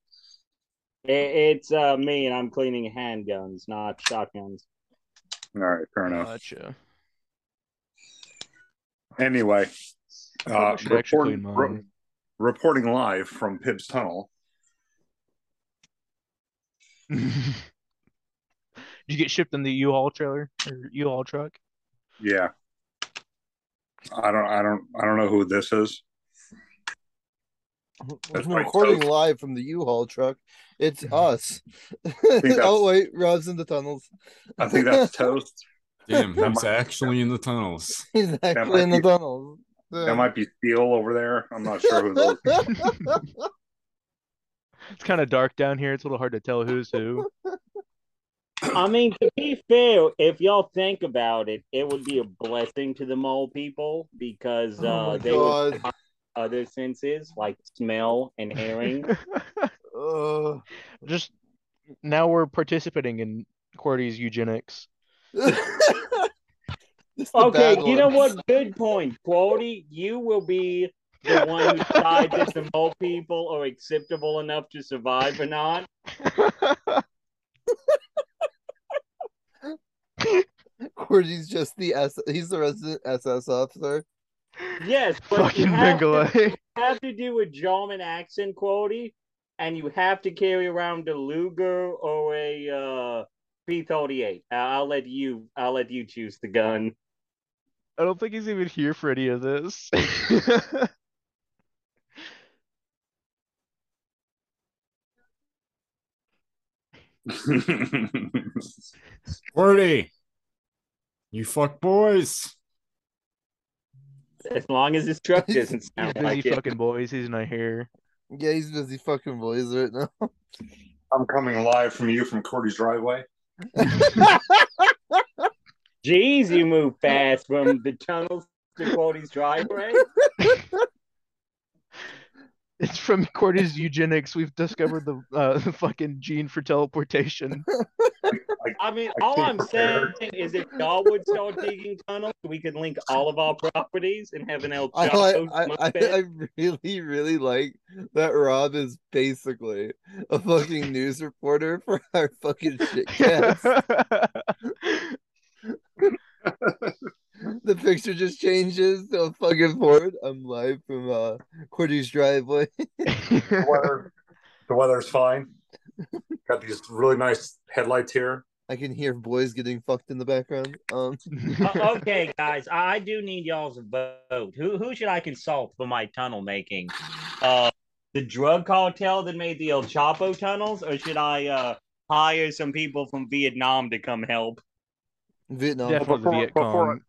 It, it's uh, me, and I'm cleaning handguns, not shotguns. All right, fair Uh, enough. Gotcha. Anyway, probably uh, should actually reporting, clean re- mine. reporting live from Pib's tunnel. Did you get shipped in the U-Haul trailer or U-Haul truck? Yeah. I don't, I don't, I don't know who this is. That's Mm-hmm. We're right, recording folks. live from the U-Haul truck. It's us. that's- oh wait, Rob's in the tunnels. I think that's toast. Damn, That he's might- actually in the tunnels. He's actually in the might be- tunnels. That might be Steel over there. I'm not sure who those. It's kind of dark down here. It's a little hard to tell who's who. I mean, to be fair, if y'all think about it, it would be a blessing to the mole people because Oh uh, my they would god. other senses like smell and hearing. Ugh. Just now we're participating in Cordy's eugenics. It's the okay, bad you know ones. what? Good point, Quody. You will be the one who decides if the mole people are acceptable enough to survive or not. Cordy's just the S. He's the resident SS officer. Yes, but you Fucking have, to, Mingale. have to do a German accent, Quody, and you have to carry around a Luger or a uh, P38. I- I'll let you. I'll let you choose the gun. I don't think he's even here for any of this. Wordy, you fuck boys. As long as his truck doesn't He's sound busy like it. fucking boys. He's not here. Yeah, he's busy fucking boys right now. I'm coming live from you from Cordy's driveway. Jeez, you move fast from the tunnels to Quody's driveway. It's from Cordy's eugenics. We've discovered the uh, the fucking gene for teleportation. I mean, I all I'm think we're saying is if y'all would start digging tunnels, we could link all of our properties and have an El I, Chapo I, I, Muppet. I really, really like that Rob is basically a fucking news reporter for our fucking shitcast. the picture just changes to a fucking Ford. I'm live from uh, Cordy's driveway. The weather, the weather's fine. Got these really nice headlights here. I can hear boys getting fucked in the background. Um, Uh, okay, guys, I do need y'all's vote. Who who should I consult for my tunnel making? Uh, the drug cartel that made the El Chapo tunnels, or should I uh, hire some people from Vietnam to come help? Vietnam. Definitely before- Viet before- Um, Cong.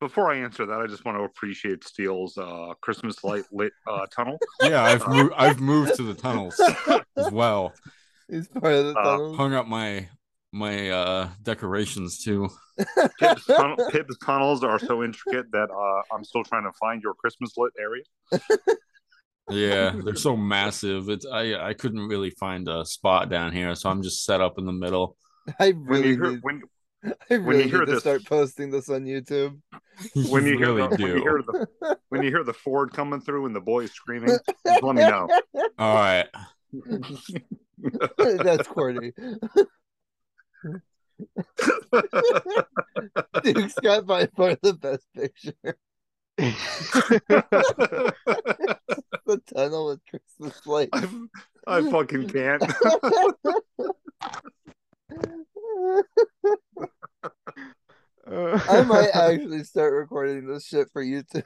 Before I answer that, I just want to appreciate Steele's uh, Christmas light lit uh, tunnel. Yeah, I've mo- I've moved to the tunnels as well. He's part of the Uh, tunnel. Hung up my my uh decorations too. Pib's, tunnel, Pib's tunnels are so intricate that uh, I'm still trying to find your Christmas lit area. Yeah, they're so massive. It's I I couldn't really find a spot down here, so I'm just set up in the middle. I When really you hear need, when I you really hear need to this- start posting this on YouTube. when you hear really the, do. when you hear the when you hear the Ford coming through and the boys screaming, just let me know. All right. That's Cordy. Duke Scott by far the best picture. the tunnel with Christmas lights. I, I fucking can't. I might actually start recording this shit for YouTube.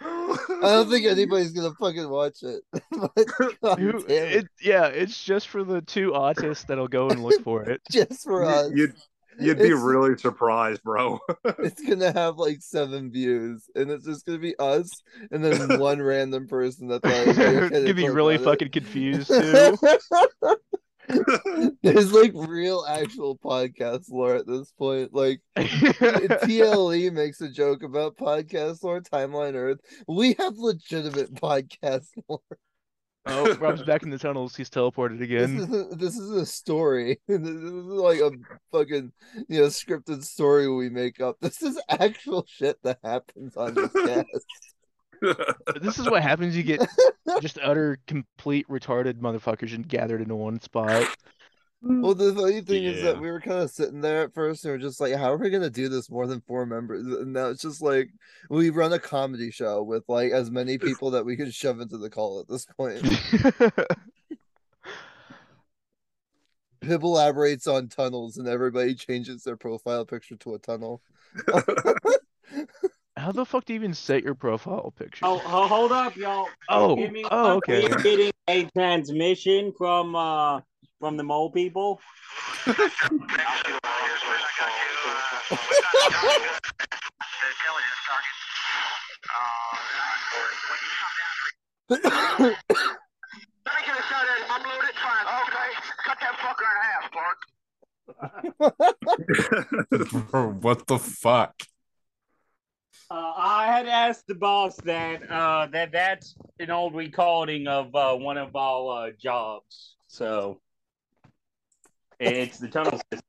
I don't think anybody's gonna fucking watch it. but God Who- damn it, it, yeah, it's just for the two autists that'll go and look for it. just for us. You'd, you'd be It's- really surprised, bro. it's gonna have like seven views, and it's just gonna be us and then one random person that's like, You'd okay, be talk really about fucking confused too. it. There's like real actual podcast lore at this point. Like TLE E makes a joke about podcast lore, Timeline Earth. We have legitimate podcast lore. oh, Rob's back in the tunnels. He's teleported This again. isn't this isn't a story. This isn't like a fucking you know scripted story we make up. This is actual shit that happens on this cast. This is what happens. You get just utter, complete, retarded motherfuckers and gathered into one spot. Well, the funny thing is that Yeah. we were kind of sitting there at first and we are just like, how are we going to do this more than four members? And now it's just like, we run a comedy show with like as many people that we can shove into the call at this point. Pib elaborates on tunnels and everybody changes their profile picture to a tunnel. How the fuck do you even set your profile picture? Oh, ho- hold up, y'all. Oh, Give me oh, one. okay. We're getting a transmission from uh from the mole people. Let me get a shot at him. I'm loaded. Fine. Okay. Cut that fucker in half, Clark. Bro, what the fuck? Uh, I had asked the boss that uh, that that's an old recording of uh, one of our uh, jobs. So it's the tunnel system.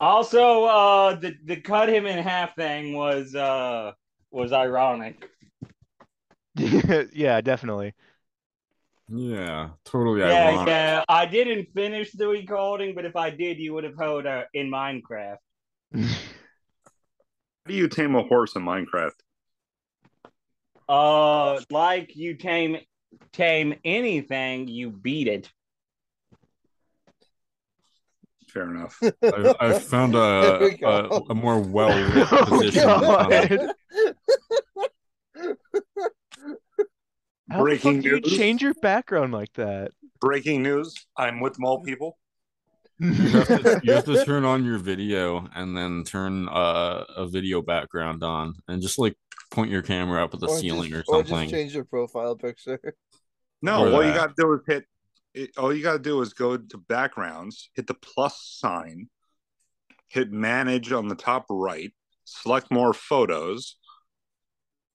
Also, uh, the the cut him in half thing was uh, was ironic. yeah, definitely. Yeah, totally Yeah, ironic. Uh, I didn't finish the recording, but if I did, you would have heard uh, in Minecraft. How do you tame a horse in Minecraft? Uh, like you tame tame anything, you beat it. Fair enough. I, I found There we a, go. a, a more well lit Oh, position. God. How Breaking the fuck do you news. change your background like that? Breaking news: I'm with mole people. you have to turn on your video and then turn uh, a video background on and just like point your camera up at the Or ceiling just- or Or just something. change your profile picture. No, Or all you that. got to do is hit. It, all you got to do is go to backgrounds, hit the plus sign, hit manage on the top right, select more photos,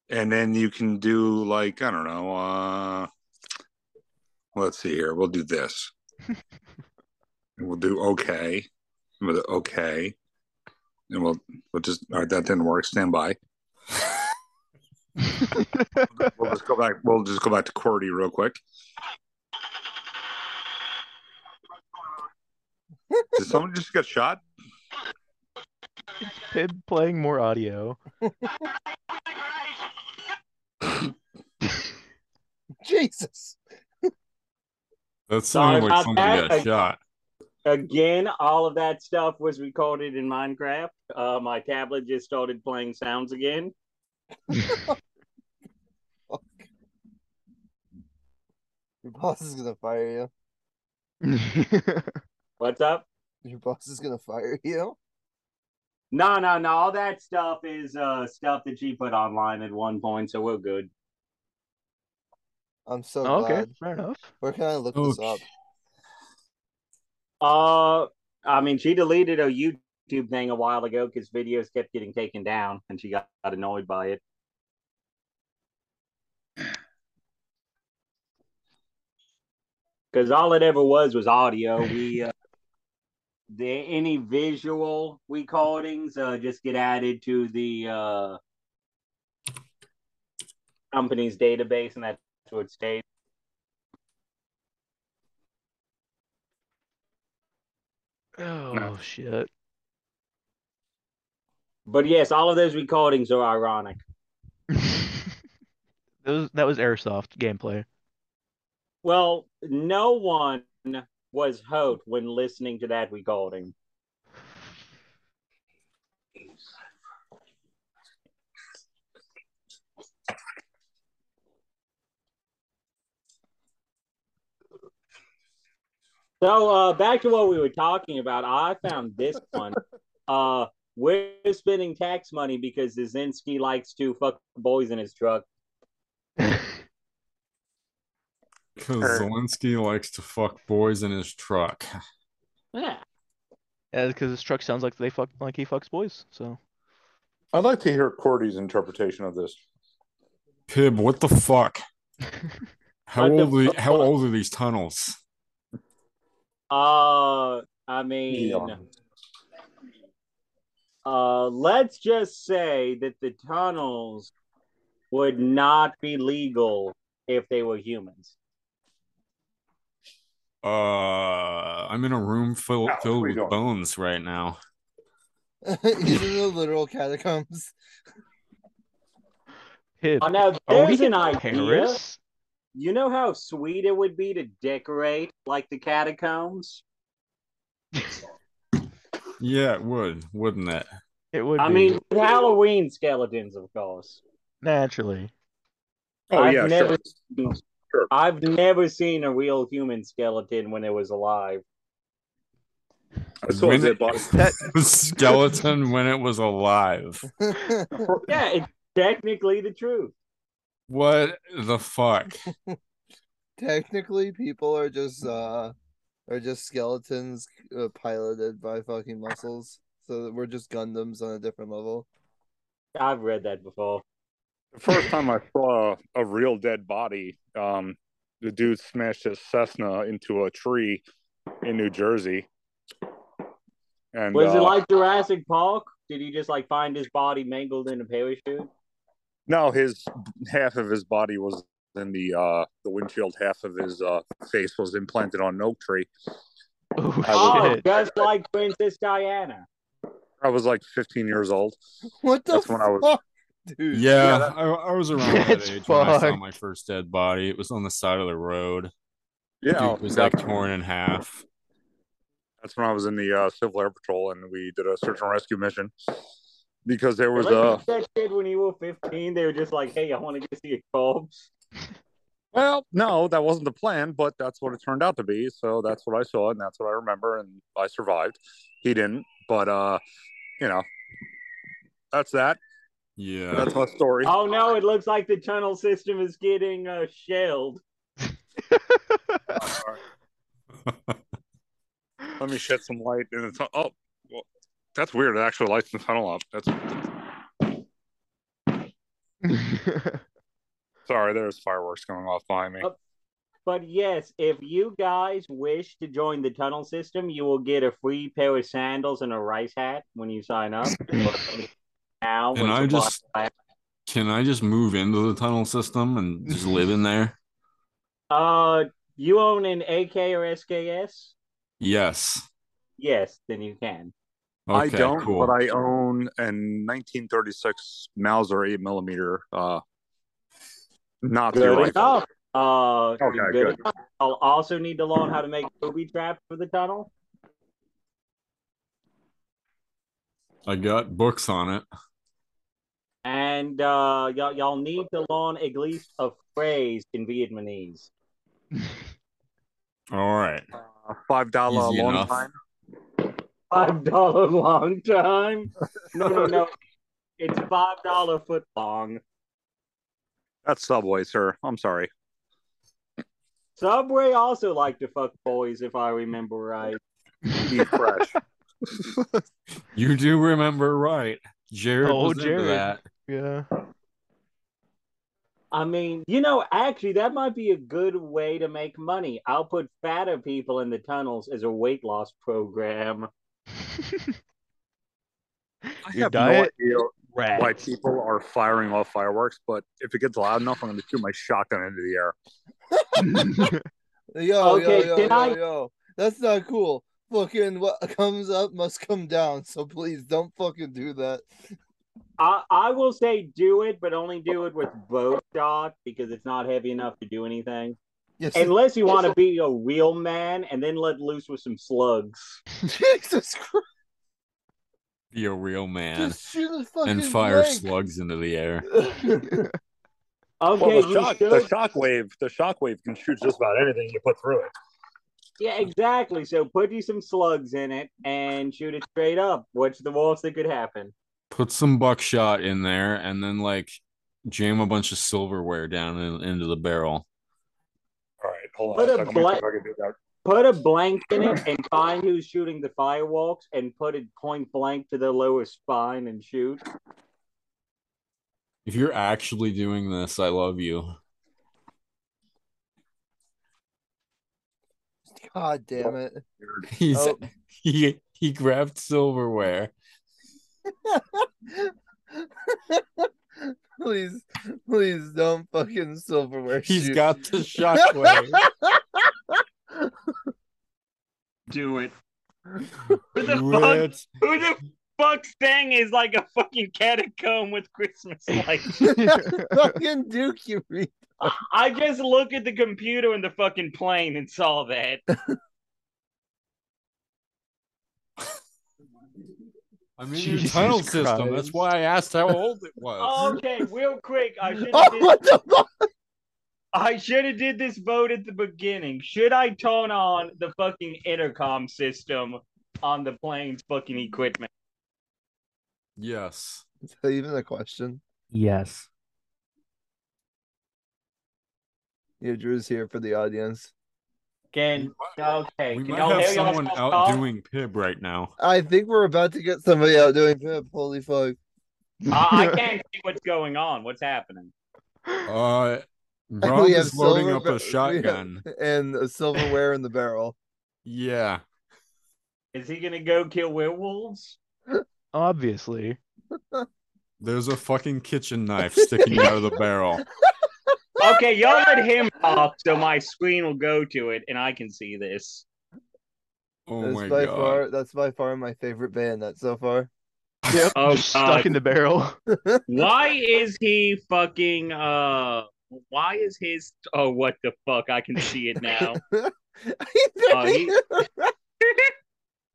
and then you can do like I don't know. uh Let's see here. We'll do this. and we'll do okay. And We'll do okay. And we'll we'll just all right. That didn't work. Stand by. we'll just go back. We'll just go back to QWERTY real quick. Did someone just get shot? Pib playing more audio. Jesus. That Sorry sounded like about someone that. got shot. Again, all of that stuff was recorded in Minecraft. Uh, my tablet just started playing sounds again. Your boss is gonna fire you. What's up? Your boss is gonna fire you. No, no, no. All that stuff is uh, stuff that she put online at one point, so we're good. I'm so Oh, Okay, glad. Oh, Fair enough. Where can I look this up? Uh, I mean, she deleted her YouTube thing a while ago because videos kept getting taken down, and she got, got annoyed by it. Because all it ever was was audio. We uh, the any visual recordings uh, just get added to the uh, company's database, and that's what stays. Oh shit! But yes, all of those recordings are ironic. Those that was airsoft gameplay. Well, no one was hurt when listening to that recording. So uh, back to what we were talking about. I found this one. Uh, we're spending tax money because Zizinski likes to fuck boys in his truck. Because Zelensky likes to fuck boys in his truck. Yeah. Yeah, because his truck sounds like they fuck like he fucks boys. So I'd like to hear Cordy's interpretation of this. Pib, what the fuck? How What the old? Are, the- how old are these tunnels? Uh, I mean, Yeah. uh, let's just say that the tunnels would not be legal if they were humans. Uh, I'm in a room full, filled with bones right now. These are the literal catacombs. I know Oh, Are we Oh, there's an in idea. Paris? You know how sweet it would be to decorate like the catacombs. Yeah, it would, wouldn't it? It would. I mean, Halloween skeletons, of course. naturally. Oh, Oh, Oh, I've never, seen- I've never seen a real human skeleton when it was alive. I saw a When- dead body. skeleton when it was alive. yeah, it's technically the truth. What the fuck? Technically, people are just uh are just skeletons uh, piloted by fucking muscles. So that we're just Gundams on a different level. I've read that before. The first time I saw a real dead body, um, the dude smashed his Cessna into a tree in New Jersey. And Was it uh, like Jurassic Park? Did he just like find his body mangled in a parachute? No, his half of his body was in the uh, the windshield. Half of his uh, face was implanted on an oak tree. I Oh, was, just like Princess Diana. I was like 15 years old. What That's when I was. Dude. Yeah, Yeah, that- I, I was around that That's age when I saw fucked. my first dead body. It was on the side of the road. Yeah, oh, Dude was like torn in half. That's when I was in the uh, Civil Air Patrol, and we did a search and rescue mission because there was uh, Remember a. that kid when you were 15? They were just like, hey, I want to go see a corpse. Well, no, that wasn't the plan, but that's what it turned out to be. So that's what I saw, and that's what I remember, and I survived. He didn't, but uh, you know, that's that. Yeah, that's my story. Oh no, it looks like the tunnel system is getting uh, shelled. Let me shed some light in the tunnel. Oh, well, that's weird. It actually lights the tunnel up. That's. Sorry, there's fireworks going off behind me. But yes, if you guys wish to join the tunnel system, you will get a free pair of sandals and a rice hat when you sign up. now, And when I supply- just can I just move into the tunnel system and just live in there? uh, you own an AK or SKS? Yes. Yes, then you can. I Okay, don't, cool. but I own a 1936 Mauser 8 millimeter. Uh, not Good rifle. enough. Uh, Okay, good good. enough. I'll also need to learn how to make booby traps for the tunnel. I got books on it. And uh, y'all, y'all need to learn at least a phrase in Vietnamese. All right. uh, Five dollar Easy long enough. time. Five dollar long time? No, no, no. It's five dollar foot long. That's Subway, sir. I'm sorry. Subway also like to fuck boys, if I remember right. Eat fresh. You do remember right. Jared Oh, was into Jared. that. Yeah. I mean, you know, actually, that might be a good way to make money. I'll put fatter people in the tunnels as a weight loss program. I Your have diet no idea why rats. people are firing off fireworks, but if it gets loud enough, I'm going to shoot my shotgun into the air. Yo, Okay, yo, yo, can yo, I- yo. That's not cool. Fucking what comes up must come down. So please don't fucking do that. I, I will say do it, but only do it with bow shot because it's not heavy enough to do anything. Yes, it- Unless you yes, want to it- be a real man and then let loose with some slugs. Jesus Christ. Be a real man Just shoot a fucking and fire blank. slugs into the air. Okay, the, you shock, the should- shockwave, the shockwave can shoot just about anything you put through it. Yeah, exactly. So put you some slugs in it and shoot it straight up. What's the worst that could happen? Put some buckshot in there and then like jam a bunch of silverware down in, into the barrel. All right, hold Put on. a a second. Let me see if bla- I can do that. Put a blank in it and find who's shooting the fireworks and put it point blank to the lower spine and shoot. If you're actually doing this, I love you. God damn it. He's Oh. he he grabbed silverware. please, please don't fucking silverware. He's shoot. got the shockwave. Do it. Who the Do fuck? it. Who the fuck's thing is like a fucking catacomb with Christmas lights? fucking Duke, you read. I just look at the computer in the fucking plane and saw that. I mean, your Jesus tunnel system. That's Christ. why I asked how old it Oh. was. okay, real quick, I should. Oh, have what the fuck? I should have did this vote at the beginning. Should I turn on the fucking intercom system on the plane's booking equipment. Yes. Is that even a question? Yes. Yeah, Drew's here for the audience. Can okay? We can might y'all have hear y'all someone talk? out doing Pib right now. I think we're about to get somebody out doing pip. Holy fuck. I, I can't see what's going on. What's happening? Uh, Rob We have is loading silver up ba- we a have- shotgun. and a silverware in the barrel. Yeah. Is he gonna go kill werewolves? Obviously. There's a fucking kitchen knife sticking out of the barrel. Okay, y'all let him talk so my screen will go to it and I can see this. Oh That's my by god. far that's by far my favorite bayonet so far. Yep. Oh, just stuck God. in the barrel. Why is he fucking uh why is his oh what the fuck? I can see it now. Oh, he-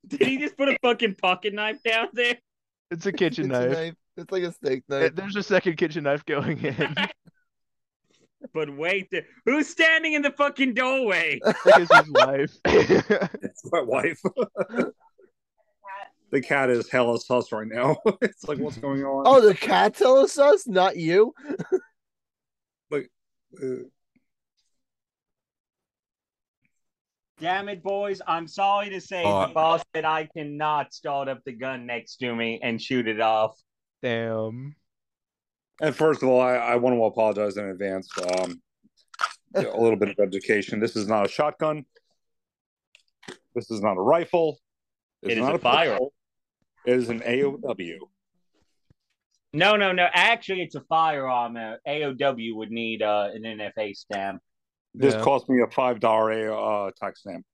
Did he just put a fucking pocket knife down there? It's a kitchen It's a knife. knife. It's like a steak Eh, knife. There's a second kitchen knife going in. But wait there. Who's standing in the fucking doorway? It's his wife. It's my wife. the cat is hella sus right now. it's like, what's going on? Oh, the cat tells us, not you. Uh, Damn it, boys. I'm sorry to say Uh, the boss that I cannot start up the gun next to me and shoot it off. Damn. And first of all, I, I want to apologize in advance. Um, a little bit of education. This is not a shotgun. This is not a rifle. It's It is not a firearm. pistol. It is an AOW. No, no, no. Actually, it's a firearm. Uh, AOW would need uh, an NFA stamp. This Yeah. cost me a five dollar uh, tax stamp.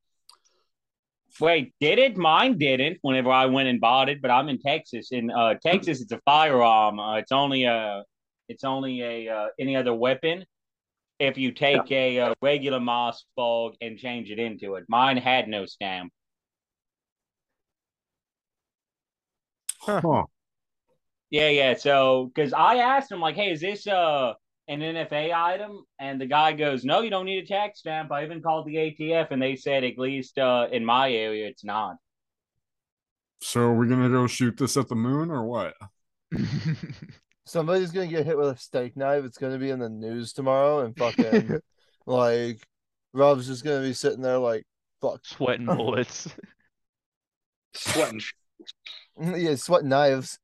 Wait, did it? Mine didn't. Whenever I went and bought it, but I'm in Texas. In uh, Texas, it's a firearm. Uh, it's only a, it's only a uh, any other weapon. If you take a uh, regular Moss fog and change it into it, mine had no stamp. Huh. Yeah, yeah. So, because I asked him, like, hey, is this uh an NFA item? And the guy goes, no, you don't need a tax stamp. I even called the ATF, and they said, at least uh, in my area, it's not. So are we gonna go shoot this at the moon or what? Somebody's gonna get hit with a steak knife. It's gonna be in the news tomorrow, and fucking like Rob's just gonna be sitting there like, fuck, Sweating bullets. Sweating, yeah, sweat knives.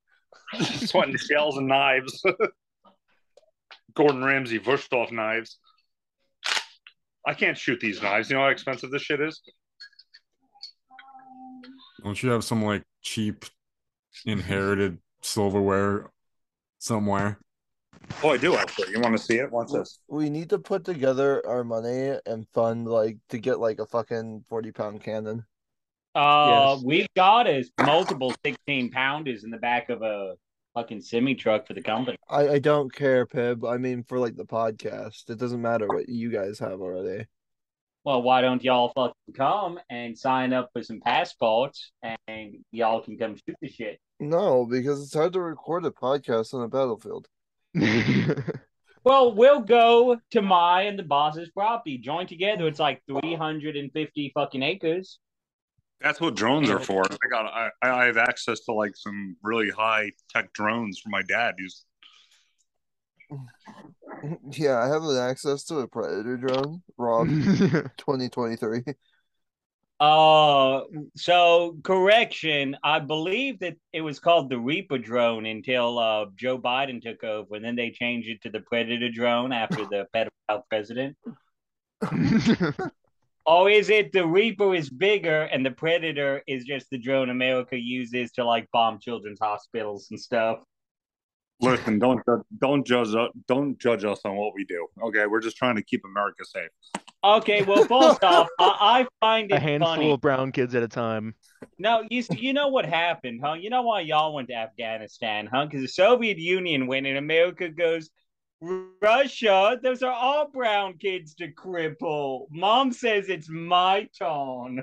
sweating shells and knives. Gordon Ramsay Vushtoff knives. I can't shoot these knives. You know how expensive this shit is. Don't you have some like cheap inherited silverware somewhere? Oh, I do actually. You want to see it? Watch this. We need to put together our money and fund like to get like a fucking forty pound cannon. Uh, Yes. we've got is multiple sixteen pounders in the back of a fucking semi truck for the company. I, I don't care, Pib. I mean, for like the podcast, it doesn't matter what you guys have already. Well, why don't y'all fucking come and sign up for some passports, and y'all can come shoot the shit. No, because it's hard to record a podcast on a battlefield. Well, we'll go to my and the boss's property. Join together. It's like 350 fucking acres. That's what drones are for. I got. I, I have access to like some really high tech drones from my dad. He's Yeah, I have an access to a predator drone, Rob, twenty twenty three. Uh, so correction. I believe that it was called the Reaper drone until uh, Joe Biden took over, and then they changed it to the Predator drone after the pedophile president. or is it the Reaper is bigger and the Predator is just the drone America uses to like bomb children's hospitals and stuff? listen. Don't ju- don't judge us. Don't judge us on what we do. Okay, we're just trying to keep America safe. Okay, well, first off, I, I find it a handful funny. of brown kids at a time. No, you see, you know what happened, huh? You know why y'all went to Afghanistan, huh? Because the Soviet Union went and America goes, Russia, those are all brown kids to cripple. Mom says it's my turn.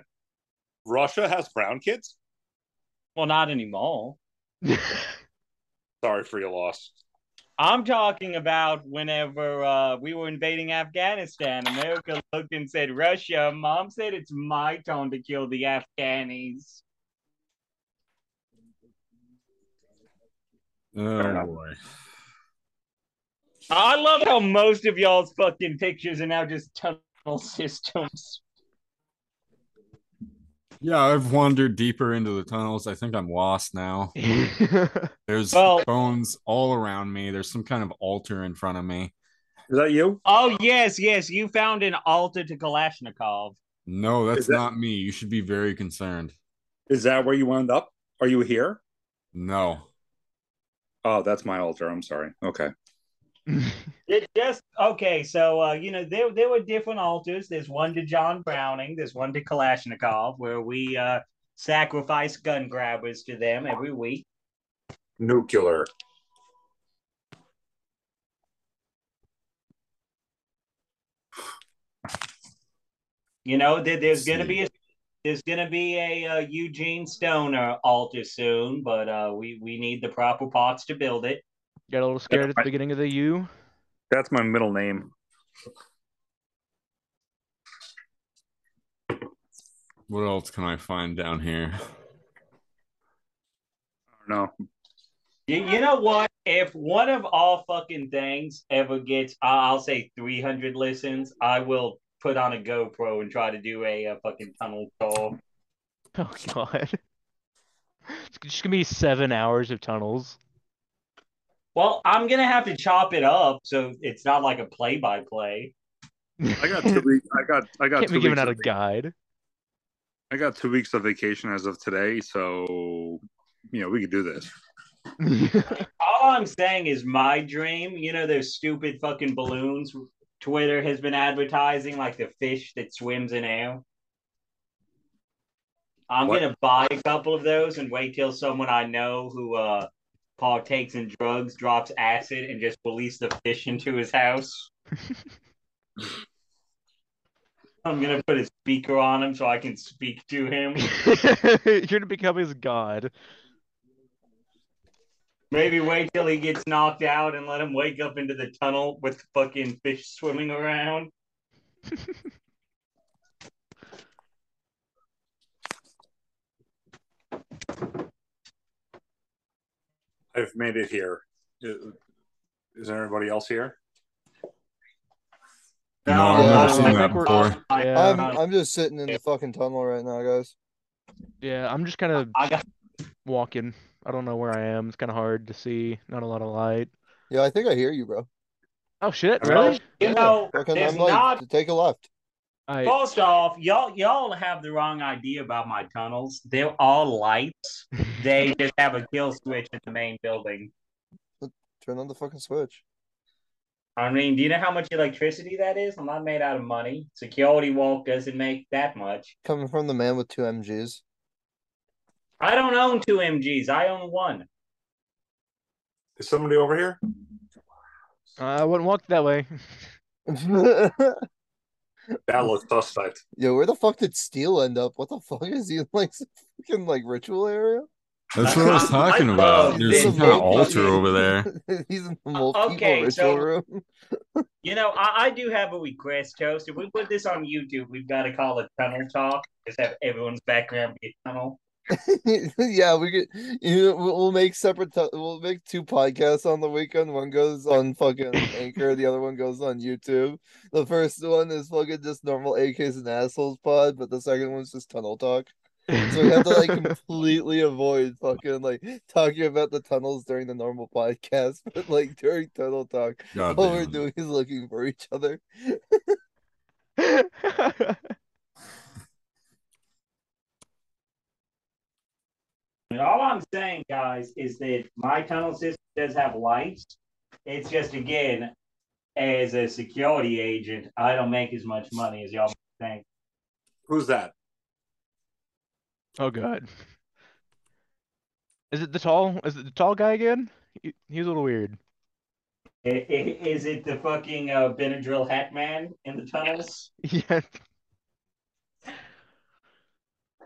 Russia has brown kids. Well, not anymore. Sorry for your loss. I'm talking about whenever uh, we were invading Afghanistan, America looked and said, Russia, mom said it's my turn to kill the Afghanis. Oh boy. I love how most of y'all's fucking pictures are now just tunnel systems. Yeah, I've wandered deeper into the tunnels. I think I'm lost now. There's Well- bones all around me. There's some kind of altar in front of me. Is that you? Oh yes, yes, you found an altar to Kalashnikov. No, that's that- not me. You should be very concerned. Is that where you wound up? Are you here? No. Oh, that's my altar. I'm sorry. Okay. It just okay. So uh, you know there there were different altars. There's one to John Browning. There's one to Kalashnikov, where we uh, sacrifice gun grabbers to them every week. Nuclear. You know there, there's gonna be a there's gonna be a uh, Eugene Stoner altar soon, but uh, we we need the proper parts to build it. Got a little scared at the beginning of the U. That's my middle name. What else can I find down here? No. You, you know what? If one of all fucking things ever gets, I- I'll say 300 listens, I will put on a GoPro and try to do a, uh fucking tunnel tour. Oh god. It's just gonna be seven hours of tunnels. Well, I'm going to have to chop it up so it's not like a play by play. I got two weeks. I got. I got. Can't two be giving weeks out a of- guide. I got two weeks of vacation as of today, so you know we could do this. All I'm saying is my dream, you know, those stupid fucking balloons Twitter has been advertising, like the fish that swims in air. I'm What? gonna buy a couple of those and wait till someone I know who uh partakes in drugs drops acid and just release the fish into his house. I'm gonna put a speaker on him so I can speak to him. You're gonna become his god. Maybe wait till he gets knocked out and let him wake up into the tunnel with fucking fish swimming around. I've made it here. Is is there anybody else here? No, I've Yeah, never seen I that think before. Yeah. I'm Um, I'm just sitting in the fucking tunnel right now, guys. Yeah, I'm just kind of I got walking. I don't know where I am. It's kind of hard to see. Not a lot of light. Yeah, I think I hear you, bro. Oh shit! Hello? Really? You know, Fucking, there's I'm like, not to take a left. I First off, y'all y'all have the wrong idea about my tunnels. They're all lights. They just have a kill switch in the main building. Turn on the fucking switch. I mean, do you know how much electricity that is? I'm not made out of money. Security walk doesn't make that much. Coming from the man with two MGs. I don't own two MGs. I own one. Is somebody over here? I wouldn't walk that way. Battle of suspect. Yo, where the fuck did Steel end up? What the fuck is he in like some fucking like ritual area? That's what I was talking about. There's some kind of altar over there. He's in the mole Okay, people ritual so- room. You know, I, I do have a request, Toast. If we put this on YouTube, we've got to call it Tunnel Talk. Just have everyone's background be a tunnel. yeah, we could. You know, we'll we'll make separate. t- we'll make two podcasts on the weekend. One goes on fucking Anchor. the other one goes on YouTube. The first one is fucking just normal AKs and assholes pod, but the second one's just tunnel talk. So we have to like completely avoid fucking like talking about the tunnels during the normal podcast, but like during tunnel talk, God all we're damn. doing is looking for each other. And all I'm saying, guys, is that my tunnel system does have lights. It's just again, as a security agent, I don't make as much money as y'all think. Who's that? oh god. Is it the tall? Is it the tall guy again? He, he's a little weird. I- i- Is it the fucking uh, Benadryl hat man in the tunnels? Yeah.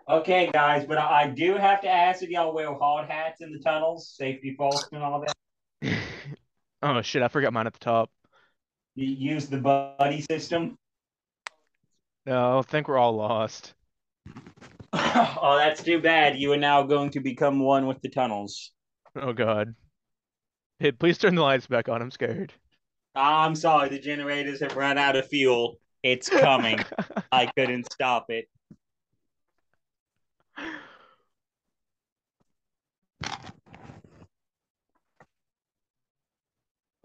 Okay, guys, but I I do have to ask if y'all wear hard hats in the tunnels, safety first, and all that. Oh shit! I forgot mine at the top. You use the buddy system. No, I think we're all lost. Oh, that's too bad. You are now going to become one with the tunnels. Oh god. Hey, please turn the lights back on. I'm scared. I'm sorry, the generators have run out of fuel. It's coming. I couldn't stop it.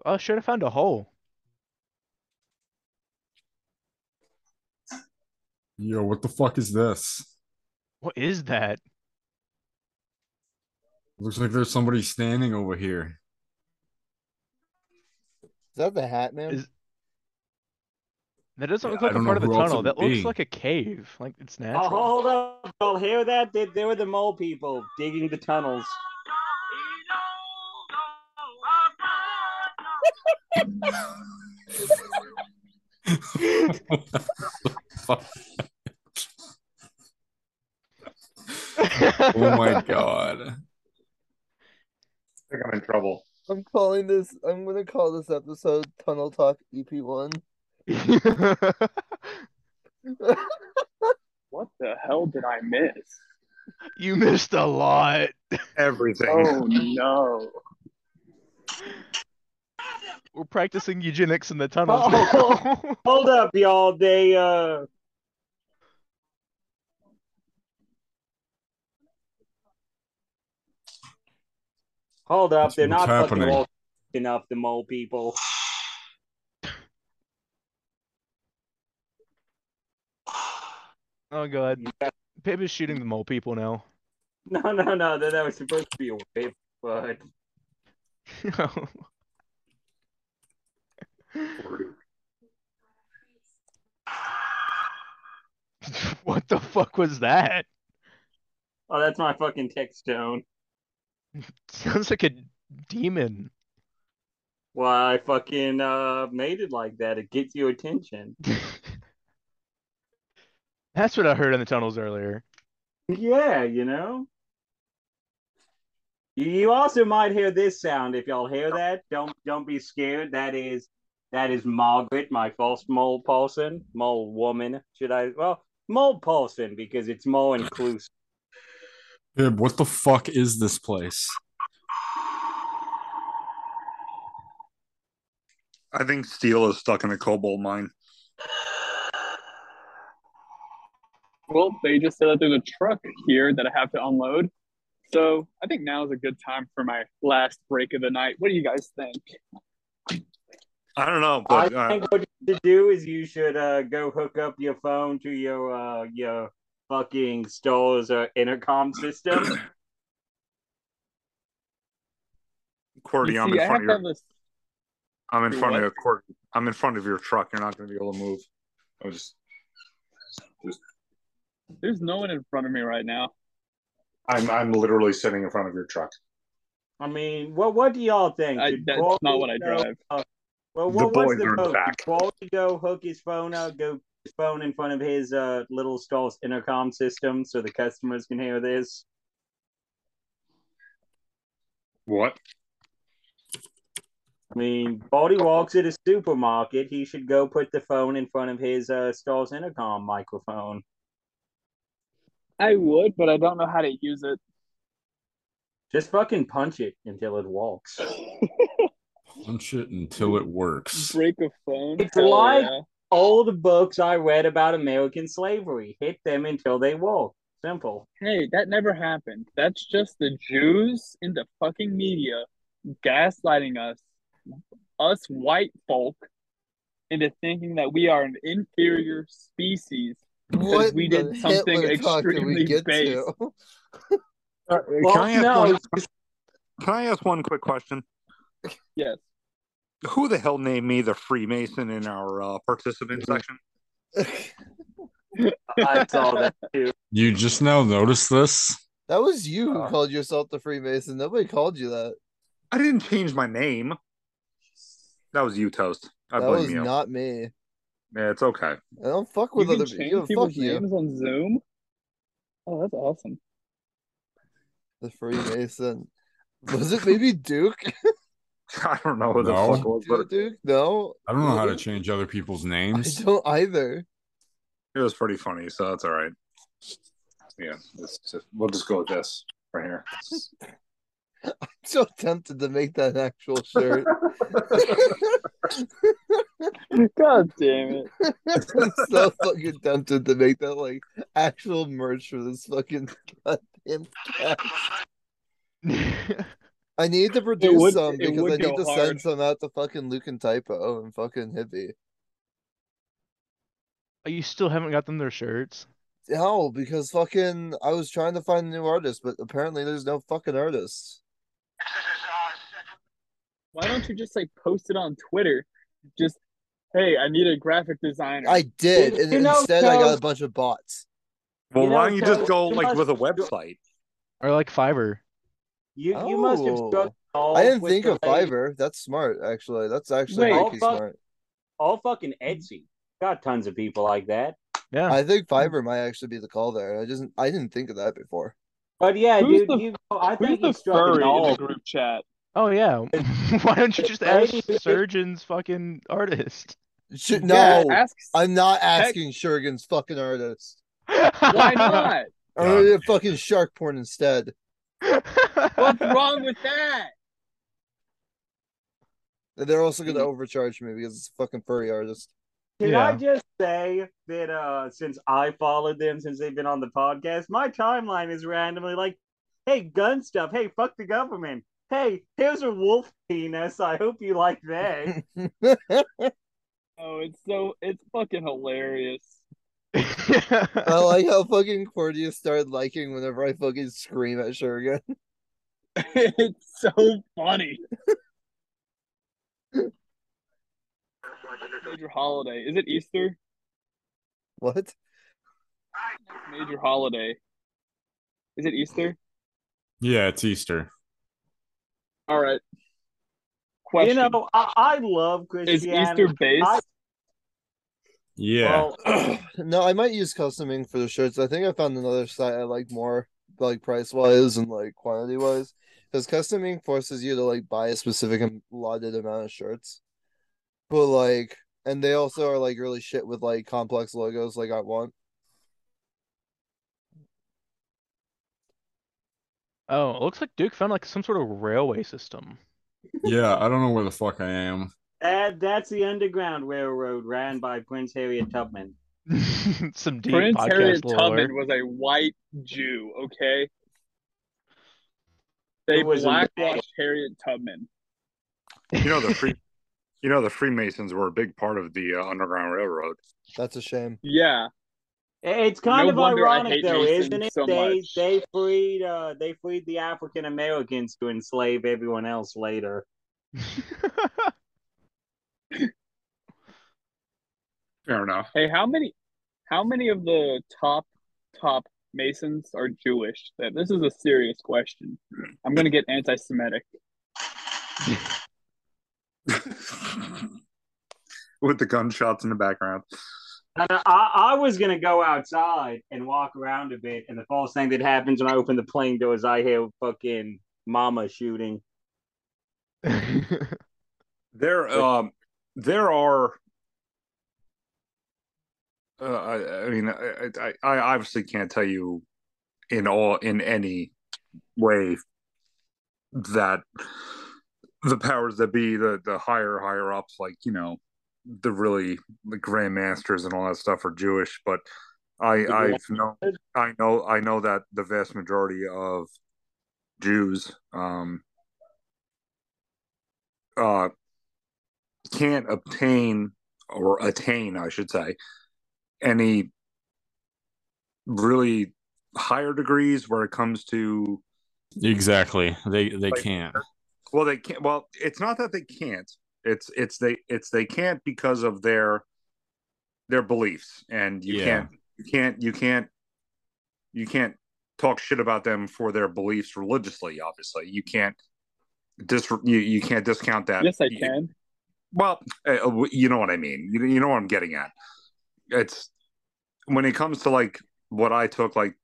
Oh, I should have found a hole. Yo, what the fuck is this? What is that? Looks like there's somebody standing over here. Is that the Hat Man? That doesn't Yeah, look I like a don't know part of the who else it tunnel. would That looks be. like a cave. Like it's Oh, natural. hold up. Y'all hear that? They, they were the mole people digging the tunnels. oh my god. I think I'm in trouble. I'm calling this. I'm gonna call this episode Tunnel Talk EP One. What the hell did I miss? You missed a lot. Everything. Oh no. We're practicing eugenics in the tunnels. now. Oh, hold up, y'all. They uh Hold up, they're What's not fucking happening? woke enough, the mole people. Oh god. Pip is shooting the mole people now. No, no, no, that, that was supposed to be a whip, but what the fuck was that? oh, that's my fucking text tone. Sounds like a demon. Why I fucking uh made it like that. It gets you attention. That's what I heard in the tunnels earlier. Yeah, you know. You- You also might hear this sound if y'all hear that. Don't don't be scared. That is that is Margaret, my false mole Paulson, mole woman. Should I? Well, mole Paulson because it's more inclusive. Dude, what the fuck is this place? I think steel is stuck in a cobalt mine. Well, they just said that there's a truck here that I have to unload. So I think now is a good time for my last break of the night. What do you guys think? I don't know, I but uh, think what you should do is you should uh, go hook up your phone to your uh, your fucking store's uh, intercom system. QWERTY, You I'm see, in I front have of to have your, this. I'm in do front of what? your court. I'm in front of your truck. You're not going to be able to move. I was, There's no one in front of me right now. I'm, I'm literally sitting in front of your truck. I mean, what what do y'all think? I, Should that's Corey not what I go- drive. Well, The what was boys the are in vote? back. Did Quality go hook his phone up, go his phone in front of his uh, little stall's intercom system so the customers can hear this. What? I mean, Baldy walks at a supermarket. He should go put the phone in front of his uh, stall's intercom microphone. I would, but I don't know how to use it. Just fucking punch it until it walks. Punch it until it works. Break a phone. It's Hell like- yeah. Old books I read about American slavery hit them until they walk. Simple. Hey, that never happened. That's just the Jews in the fucking media gaslighting us, us white folk, into thinking that we are an inferior species because What we the did something Hitler talk did we extremely get base. to? Uh, can, Well, I ask no, one, it's just- can I ask one quick question? Yes. Who the hell named me the Freemason in our uh, participant section? I saw that too. You just now noticed this? That was you who Ah. Uh. called yourself the Freemason. Nobody called you that. I didn't change my name. That was you, Toast. I that blame was you. not me. yeah, it's okay. I don't fuck You with can other change people. people's Fuck you. names on Zoom. Oh, that's awesome. The Freemason. Was it maybe Duke? I don't know who the No. fuck it was, but Duke? Duke? No. I don't know how to Really? change other people's I names. don't either. it was pretty funny, so that's all right. Yeah, let's just, we'll just go with this right here. I'm so tempted to make that an actual shirt. God damn it. I'm so fucking tempted to make that like actual merch for this fucking goddamn cat. Oh, I need to produce would- some it because would I need go to hard. send some out to fucking Luke and Typo and fucking Hippie. Oh, You still haven't got them their shirts. No, because fucking I was trying to find a new artist, but apparently there's no fucking artists. Why don't you just like post it on Twitter? Just hey, I need a graphic designer. I did, and instead I got a bunch of bots. Well, You know, why don't you just Joe, go you like must- with a website? Or like Fiverr. You you must have struck. Oh. I didn't think of Fiverr. That's smart, actually. That's actually Wait. might be Oh, fuck. smart. All fucking Etsy. Got tons of people like that. Yeah. I think Fiverr might actually be the call there. I just I didn't think of that before. But yeah, Who's dude, the- you, I who's think the you struck furry an in all. the group chat? Oh yeah. Why don't you just ask Lady who- Surgeon's fucking artist? Sh- Yeah, no, ask- I'm not asking Shurgen's fucking artist. Why not? I'm gonna do fucking shark porn instead. What's wrong with that? And They're also Mm-hmm. gonna overcharge me because it's a fucking furry artist. Can I just say that uh since I followed them since they've been on the podcast, my timeline is randomly like, hey, gun stuff, hey, fuck the government. Hey, here's a wolf penis. I hope you like that. Oh, it's so it's fucking hilarious. I like how fucking Cordia started liking whenever I fucking scream at Shurgen. it's so funny. Major holiday. Is it Easter? What? Major holiday. Is it Easter? Yeah, it's Easter. All right. Question. You know, I, I love is Christianity. Easter based? I- Yeah. no, I might use customing for the shirts. I think I found another site I like more, like price wise and like quantity wise, because customing forces you to like buy a specific am- allotted amount of shirts. But like, and they also are like really shit with like complex logos, like I want. Oh, it looks like Duke found like some sort of railway system. Yeah, I don't know where the fuck I am. that, that's the Underground Railroad ran by Prince Harriet Tubman. some deep Prince podcast Harriet lore. Tubman was a white Jew, okay? They Who was a blackwashed Harriet Tubman. You know the free, you know the Freemasons were a big part of the uh, Underground Railroad. That's a shame. Yeah. It's kind No of wonder I ironic, hate though, Masons isn't it? so they much. they freed uh, they freed the African Americans to enslave everyone else later. Fair enough. Hey, how many how many of the top top Masons are Jewish? That this is a serious question. I'm gonna get anti Semitic. With the gunshots in the background. And I, I was gonna go outside and walk around a bit, and the first thing that happens when I open the plane door is I hear fucking mama shooting. There, um, there are. Uh, I, I mean, I, I, I obviously can't tell you in all in any way that the powers that be, the the higher higher ups, like you know, the really the grand masters and all that stuff are Jewish, but I I've known I know I know that the vast majority of Jews um uh can't obtain or attain, I should say, any really higher degrees where it comes to Exactly. They they Like- can't. well they can't well it's not that they can't it's it's they it's they can't because of their their beliefs and you Yeah. can't you can't you can't you can't talk shit about them for their beliefs religiously obviously you can't dis you, you can't discount that Yes, I You- can. well uh, w- you know what i mean you, you know what i'm getting at it's when it comes to like what i took like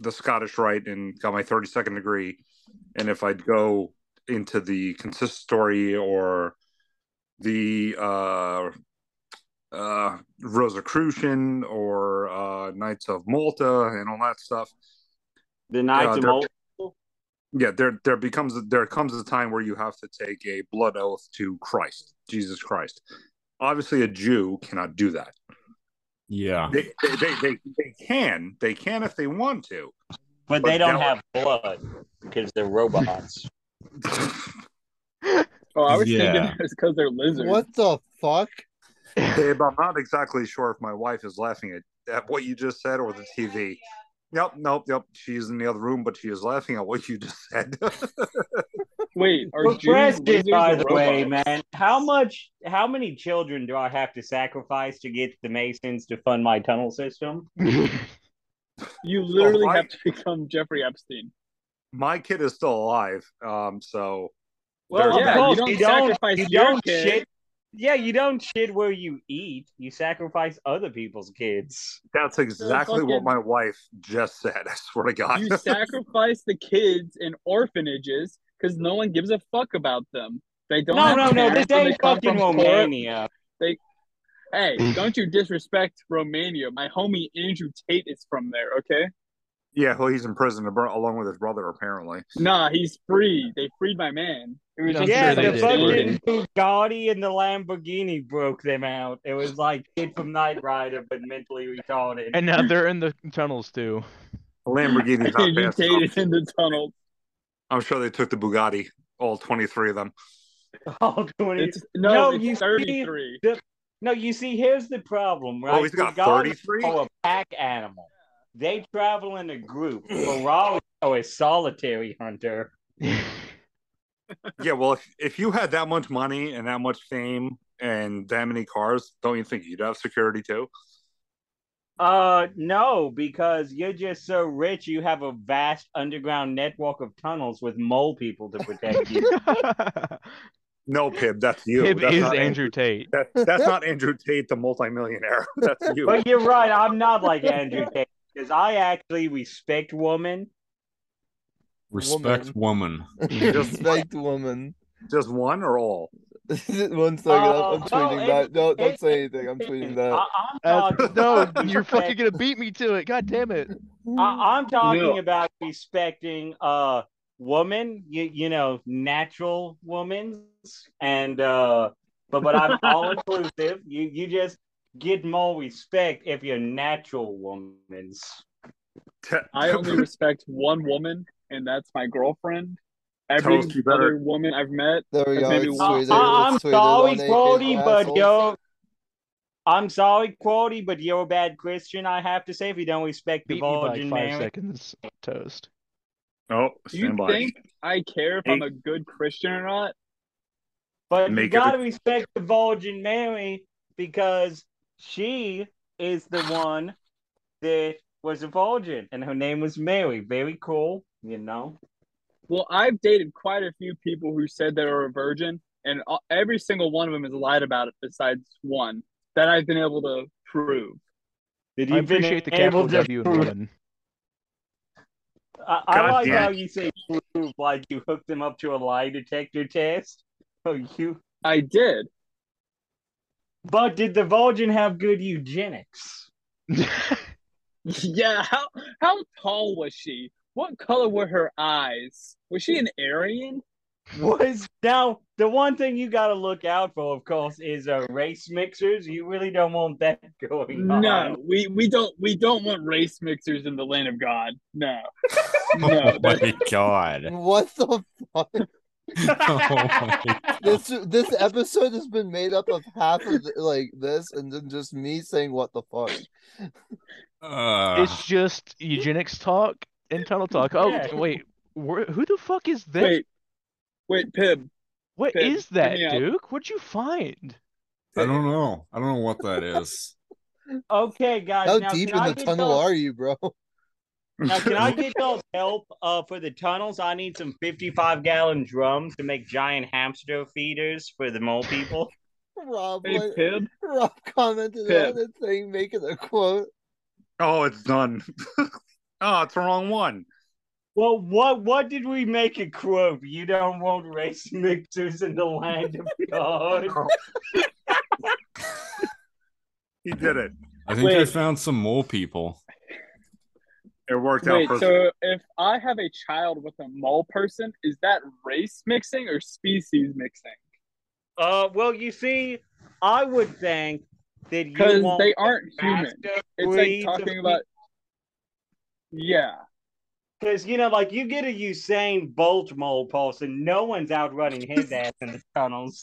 the scottish rite and got my 32nd degree and if i'd go into the consistory or the uh uh rosicrucian or uh knights of malta and all that stuff The Knights Yeah, of they're- Malta. Yeah, there there becomes there comes a time where you have to take a blood oath to Christ, Jesus Christ. Obviously, a Jew cannot do that. Yeah. They they they, they, they can they can if they want to, But they don't that- have blood because they're robots. Oh, I was Yeah. thinking it's because they're lizards. What the fuck? Babe, I'm not exactly sure if my wife is laughing at, at what you just said or the TV. Nope, nope, nope. She's in the other room, but she is laughing at what you just said. Wait, are Jews Preston, lizards by or the way, robots? man, how much, how many children do I have to sacrifice to get the Masons to fund my tunnel system? You literally Oh, I- have to become Jeffrey Epstein. my kid is still alive, um, so Well, there's of that. course, you don't, you don't shit. Yeah, you don't shit where you eat. You sacrifice other people's kids. That's exactly what my wife just said. I swear to God. You sacrifice the kids in orphanages because no one gives a fuck about them. They don't. No, have no, no, parents this and they ain't come fucking from poor- Romania. They, hey, don't you disrespect Romania? My homie Andrew Tate is from there. Okay. yeah, well, he's in prison abro- along with his brother, apparently. Nah, he's free. They freed my man. It was just yeah, because the they fucking did. Bugatti and the Lamborghini broke them out. It was like kid from Knight Rider, but mentally retarded. And now they're in the tunnels too. Lamborghini's not Andrew fast Tate enough. is in the tunnel. I'm sure they took the Bugatti, all 23 of them. all 20. It's- no, it's you 33. See, the- no, you see, here's the problem, right? Oh, he's got Bugattis 33? Are a pack animal. They travel in a group. Ferrari are a solitary hunter. yeah, well, if, if you had that much money and that much fame and that many cars, don't you think you'd have security too? Uh, no, because you're just so rich, you have a vast underground network of tunnels with mole people to protect you. No, Pib, that's you. Pib that's is Andrew Tate. That, that's not Andrew Tate, the multimillionaire. That's you. But you're right. I'm not like Andrew Tate because I actually respect women. Respect woman. Just- Respect woman. Just one or all? One second, I'm, I'm Uh, no, tweeting it- that. No, don't it- say anything. I'm tweeting that. I- Uh, I'm talking no, about you're fucking respect- gonna beat me to it. God damn it. I, I'm talking No. about respecting uh woman, you, you know, natural women, and uh, but but I'm all inclusive. You you just get more respect if you're natural woman's. I only respect one woman, and that's my girlfriend. Every Toast, you better- other woman I've met, There we has go, maybe it's one- tweeted. I, am Let's tweet it Uh, sorry, on AK, Cody, but assholes. yo, I'm sorry, Cody, but you're a bad Christian. I have to say, if you don't respect the Beat me by Virgin five Mary, seconds. Toast. Oh, Do you think I care if I'm a good Christian or not? But you Make gotta it- respect the Virgin Mary because she is the one that was a virgin, and her name was Mary. Very cool, you know. Well, I've dated quite a few people who said they were a virgin, and a- every single one of them has lied about it, besides one that I've been able to prove. Did I appreciate the capital W in woman. I, I God like damn. how you say prove, like you hooked them up to a lie detector test. Oh, you. I did. But did the Vulgin have good eugenics? Yeah, how how tall was she? What color were her eyes? Was she an Aryan? Was now the one thing you got to look out for, of course, is uh, race mixers. You really don't want that going on. No, we, we don't we don't want race mixers in the land of God. No, no, oh my god. What the fuck? my this this episode has been made up of half of the, like this and then just me saying what the fuck. Ah. It's just eugenics talk and tunnel talk. Oh Yeah. wait, where, who the fuck is this? wait, wait, Pib. What Pib, is hear that, me out. Duke? What'd you find? I don't know. I don't know what that is. Okay, guys. How now, deep can in I the get tunnel y'all's- are you, bro? Now, can I get y'all's help uh, for the tunnels? I need some 55 gallon drums to make giant hamster feeders for the mole people. Rob Hey, went- Pib? Rob commented Pib. on the thing making a quote. Oh, it's done. oh, it's the wrong one. Well, what what did we make a quote? You don't want race mixers in the land of God. He did it. I think I Wait. found some mole people. It worked out Wait, perfect. so if I have a child with a mole person, is that race mixing or species mixing? Uh, well, you see, I would think that you Because want they aren't the human. faster It's breeds like of talking about Yeah. Because you know, like you get a Usain Bolt mole pulse, and no one's outrunning his ass in the tunnels.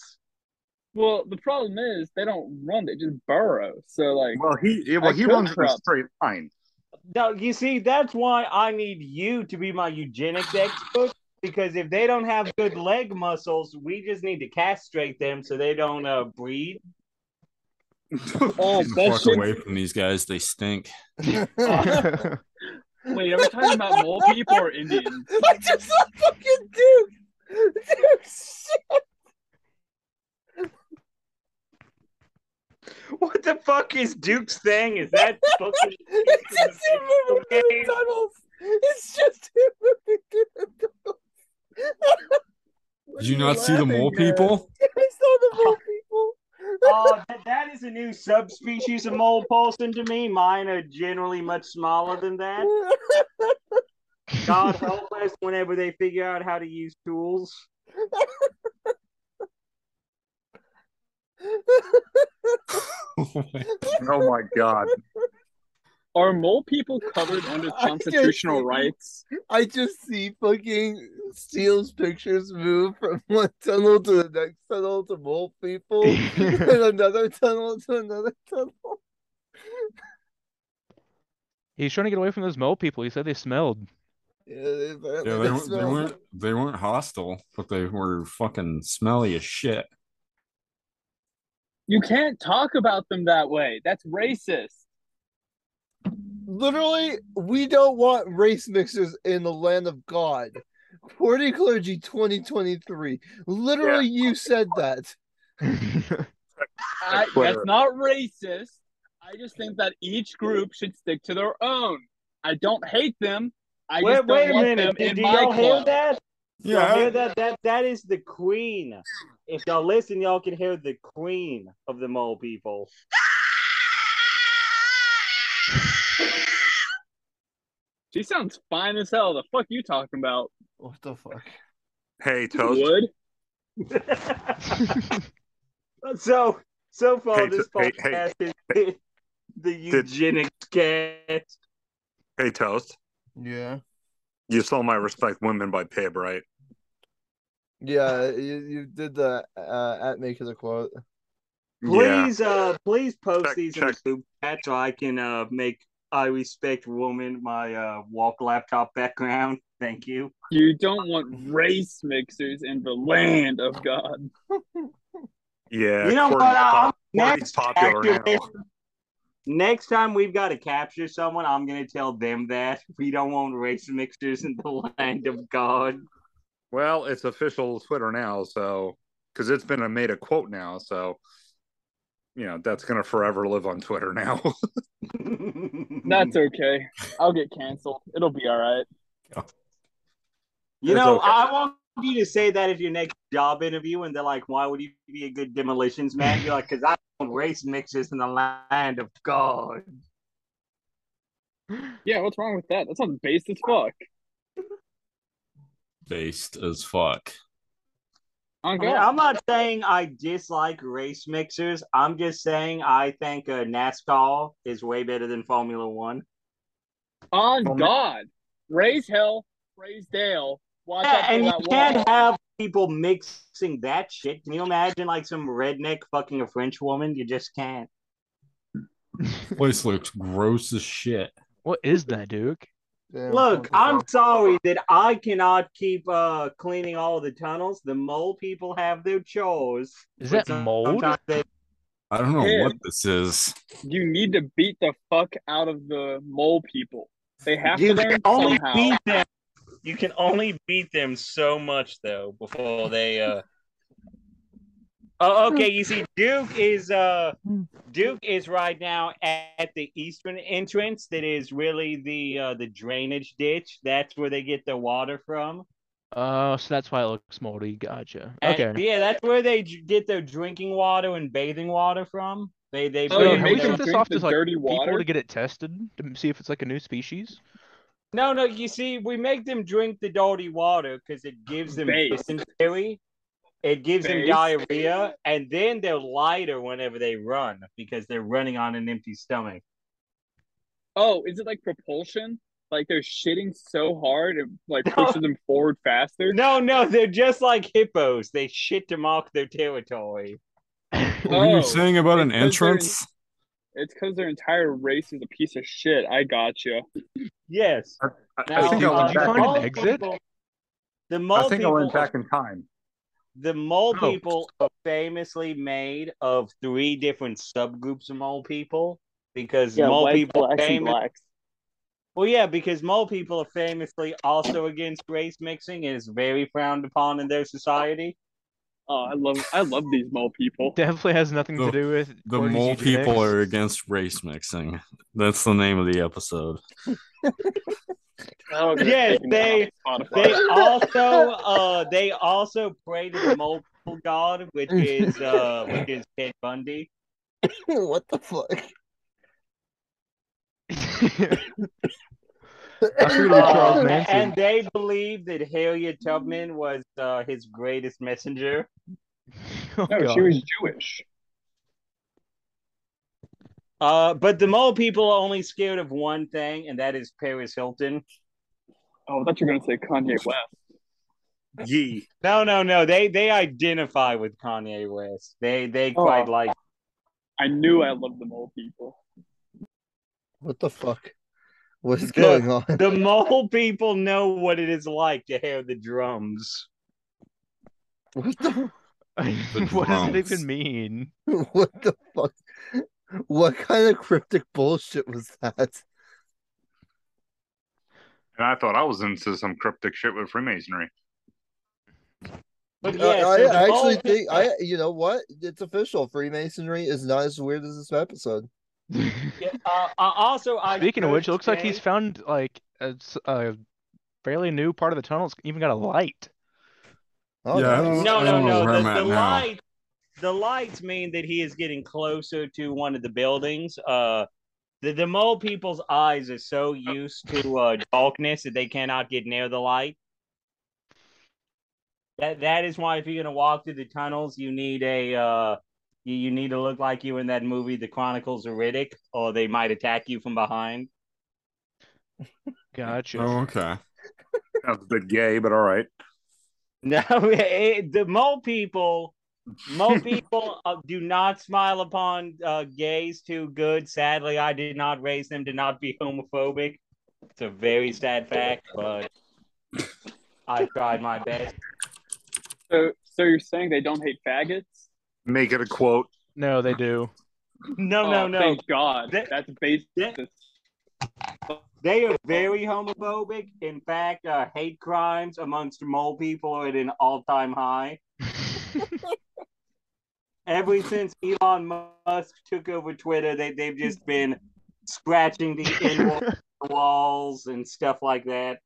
Well, the problem is they don't run; they just burrow. So, like, well, he yeah, well I he could runs in a prob- straight line. No, you see, that's why I need you to be my eugenics expert. Because if they don't have good leg muscles, we just need to castrate them so they don't uh, breed. Oh, Fuck away from these guys. They stink. Wait, are we talking about mole people or Indians? I just saw fucking Duke. Duke, shit. What the fuck is Duke's thing? Is that fucking It's just him moving through the tunnels. It's just him moving through the tunnels. Did you not see the mole laughing at? people? I saw the mole people. Oh, that, that is a new subspecies of mole Paulson to me. Mine are generally much smaller than that. God help us whenever they figure out how to use tools. Oh my god. Are mole people covered under I just constitutional see- rights? I just see fucking Steele's pictures move from one tunnel to the next tunnel to mole people, and another tunnel to another tunnel. He's trying to get away from those mole people. He said they smelled. Yeah, they, Yeah, apparently they, they weren't, they smell. weren't. They weren't hostile, but they were fucking smelly as shit. You can't talk about them that way. That's racist. Literally, we don't want race mixers in the land of God. Courting clergy 2023. Literally, you said that. I, Twitter. that's not racist. I just think that each group should stick to their own. I don't hate them. I wait, just don't wait a want minute. them Do, in do my y'all hear club. that? Yeah. Yeah. Y'all hear that? That that is the queen. If y'all listen, y'all can hear the queen of the mole people. She sounds fine as hell. The fuck you talking about? What the fuck? Hey, Toast. Wood? So so far Hey, this hey, podcast hey. is the, the eugenics cast. Hey, Toast. Yeah. You saw my respect women by Pib, right? Yeah, you, you did the uh, at make as a quote. Please uh please post Check- these in check. the group chat so I can uh make I respect woman my uh walk laptop background. Thank you. You don't want race mixers in the land of God. Yeah. You know Courtney's what, uh, pop- Courtney's next popular now. activist- Next time we've got to capture someone, I'm gonna tell them that we don't want race mixtures in the land of God. Well, it's official Twitter now, so because it's been a made a quote now, so you know that's gonna forever live on Twitter now. That's Mm. okay. I'll get canceled. It'll be all right. You It's know, okay. I want you to say that at your next job interview, and they're like, "Why would you be a good demolitions man?" You're like, "Cause I don't race mixtures in the land of God." Yeah, what's wrong with that? That sounds base as fuck. Based as fuck. I mean, I'm not saying I dislike race mixers. I'm just saying I think uh, NASCAR is way better than Formula One. On God. Raise hell, praise Dale. Watch out Yeah, for and you that can't wall. have people mixing that shit. Can you imagine like some redneck fucking a French woman? You just can't. Place looks gross as shit. What is that, Duke? Look, I'm sorry that I cannot keep uh cleaning all the tunnels. The mole people have their chores. Is But that mold? sometimes they- I don't know Yeah. what this is. You need to beat the fuck out of the mole people. They have You to learn can only somehow. beat them. You can only beat them so much though before they uh Oh, okay. You see, Duke is uh, Duke is right now at the eastern entrance. That is really the uh, the drainage ditch. That's where they get the water from. Oh, so that's why it looks moldy. Gotcha. And- Okay. yeah, that's where they j- get their drinking water and bathing water from. They Oh, they. So bring can Oh, we their- shut this off to like people to get it tested to m- see if it's like a new species? No, no. You see, we make them drink the dirty water because it gives them Base. dysentery. It gives them Base. diarrhea, and then they're lighter whenever they run because they're running on an empty stomach. Oh, is it like propulsion? Like they're shitting so hard it like pushes them forward faster? No, no, they're just like hippos. They shit to mark their territory. What were Oh, you saying about an because they're in- entrance? It's because their entire race is a piece of shit. I got you. Yes. Now, think I went uh, back the in- mole exit? people- The mole I think I went people- back in time. The mole Oh. people are famously made of three different subgroups of mole people because Yeah, mole white, people are blacks, and famous. blacks. Well, yeah, because mole people are famously also against race mixing. It is very frowned upon in their society. Oh, I love I love these mole people. Definitely has nothing to do with The Cordy's mole eugenics. people are against race mixing. That's the name of the episode. Yes, they they also uh they also pray to the mole people god, which is uh which is Ted Bundy. what the fuck? I figured it was Charles Uh, Manson. and they believe that Harriet Tubman was uh, his greatest messenger. no, Oh, she Oh, God. was Jewish. Uh, but the mole people are only scared of one thing, and that is Paris Hilton. Oh, I thought you were going to say Kanye West. Ye. No, no, no. They they identify with Kanye West. They they Oh. quite like. I knew I loved the mole people. What the fuck? What is No, going on? the mole people know what it is like to hear the drums. What the what does it even mean? what the fuck? What kind of cryptic bullshit was that? And I thought I was into some cryptic shit with Freemasonry. But I- yeah, I, so the actually mole- think I you know what? It's official. Freemasonry is not as weird as this episode. Yeah, uh, uh, also, I Speaking of which, it could looks like he's say- found like a, s- a fairly new part of the tunnel. It's even got a light. Oh, Yeah, I nice. don't- No, no, know no. where The, I'm at the now. light, the lights mean that he is getting closer to one of the buildings. Uh, the, the mole people's eyes are so used to uh, darkness that they cannot get near the light. That that is why if you're gonna walk through the tunnels, you need a uh, you, you need to look like you in that movie, The Chronicles of Riddick, or they might attack you from behind. Gotcha. Oh, okay. That's a bit gay, but all right. No, it, the mole people, mole people uh, do not smile upon uh, gays too good. Sadly, I did not raise them to not be homophobic. It's a very sad fact, but I tried my best. So, so you're saying they don't hate faggots? Make it a quote. No, they do. No, Oh, no, no. Thank God. That's based. They are very homophobic. In fact, uh, hate crimes amongst mole people are at an all-time high. Ever since Elon Musk took over Twitter, they they've just been scratching the inward walls and stuff like that.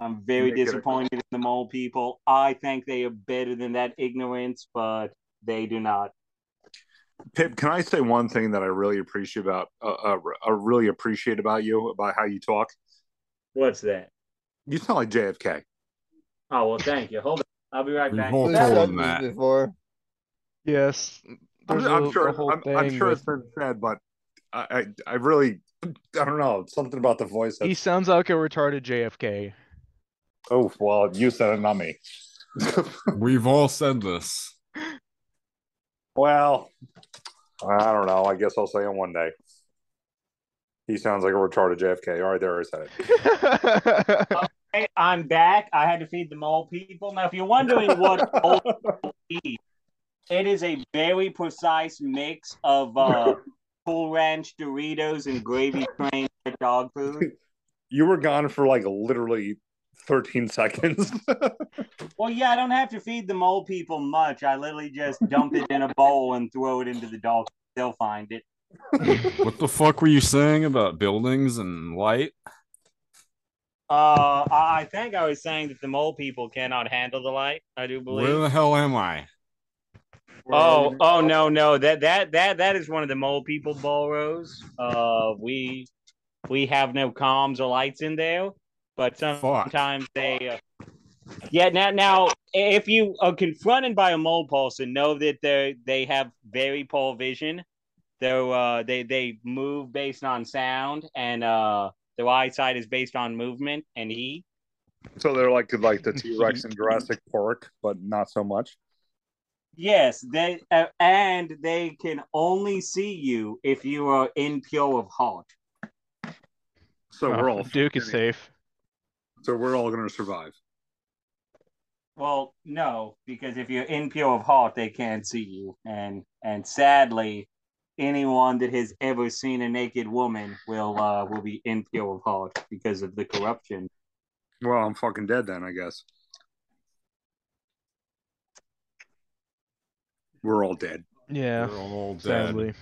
I'm very Make it a- disappointed in the mole people. I think they are better than that ignorance, but they do not. Pip, can I say one thing that I really appreciate about uh, uh, I really appreciate about you about how you talk? What's that? You sound like JFK. Oh well, thank you. Hold on, I'll be right back. We've all We've said told him this that. before. Yes. I'm, There's a- I'm a sure. whole I'm, I'm thing sure with- it's been said, but I, I, I really, I don't know. Something about the voice. He That's, sounds like a retarded JFK. oh well, you said it, not me. We've all said this. well, I don't know. I guess I'll say it one day. He sounds like a retarded JFK. All right, there I said it. Okay, I'm back. I had to feed the mole people. Now, if you're wondering what mole people eat, it is a very precise mix of uh, Cool Ranch Doritos and gravy train for dog food. You were gone for like literally 13 seconds. Well, yeah, I don't have to feed the mole people much. I literally just dump it in a bowl and throw it into the dog. They'll find it. What the fuck were you saying about buildings and light? Uh, I I think I was saying that the mole people cannot handle the light. I do believe. Where the hell am I? Oh, oh no, no. That that that that is one of the mole people ballrows. Uh we we have no comms or lights in there, but sometimes they. Uh, yeah, now now if you are confronted by a mole person, know that they they have very poor vision. They're, uh, they they move based on sound, and uh, their eyesight is based on movement and heat. So they're like like the T Rex in Jurassic Park, but not so much. Yes, they uh, and they can only see you if you are impure of heart. So we're all Duke is safe. So we're all gonna survive. Well, no, because if you're impure of heart, they can't see you, and and sadly, anyone that has ever seen a naked woman will uh, will be impure of heart because of the corruption. Well, I'm fucking dead then, I guess. We're all dead. Yeah, We're all dead. sadly.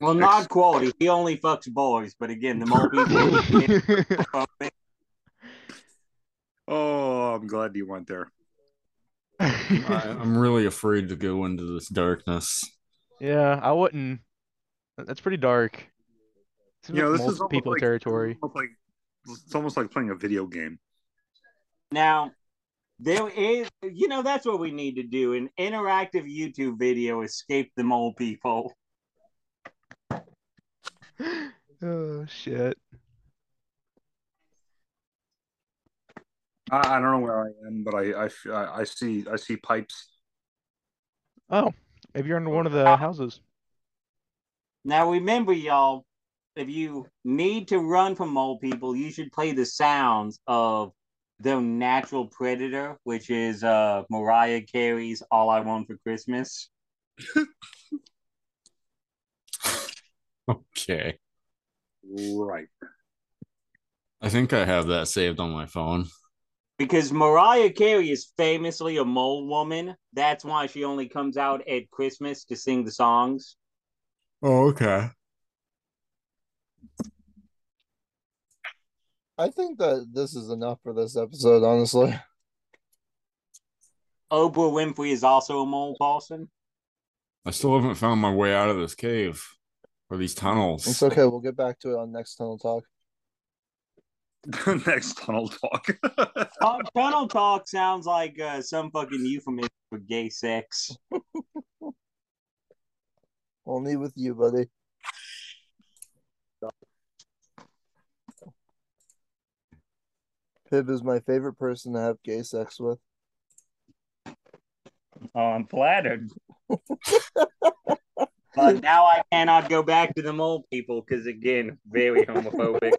Well, not quality. He only fucks boys, but again, the more people. Oh, I'm glad you went there. I, I'm really afraid to go into this darkness. Yeah, I wouldn't. That- That's pretty dark. Seems You know, like this is multiple almost people like- territory. Almost like it's almost like playing a video game. Now, there is, you know, that's what we need to do an interactive YouTube video, Escape the Mole People. Oh shit! I, I don't know where I am, but I I f- I, I see I see pipes. Oh, maybe you're in one of the houses. Now, remember, y'all, if you need to run from mole people, you should play the sounds of their natural predator, which is uh, Mariah Carey's All I Want for Christmas. Okay. Right. I think I have that saved on my phone. Because Mariah Carey is famously a mole woman. That's why she only comes out at Christmas to sing the songs. Oh, okay. I think that this is enough for this episode, honestly. Oprah Winfrey is also a mole person. I still haven't found my way out of this cave or these tunnels. It's okay. We'll get back to it on next tunnel talk. Next tunnel talk. Tun- Tunnel Oh, talk sounds like uh, some fucking euphemism for gay sex. Only with you, buddy. Pib is my favorite person to have gay sex with. Oh, I'm flattered. But now I cannot go back to the mole people because, again, very homophobic.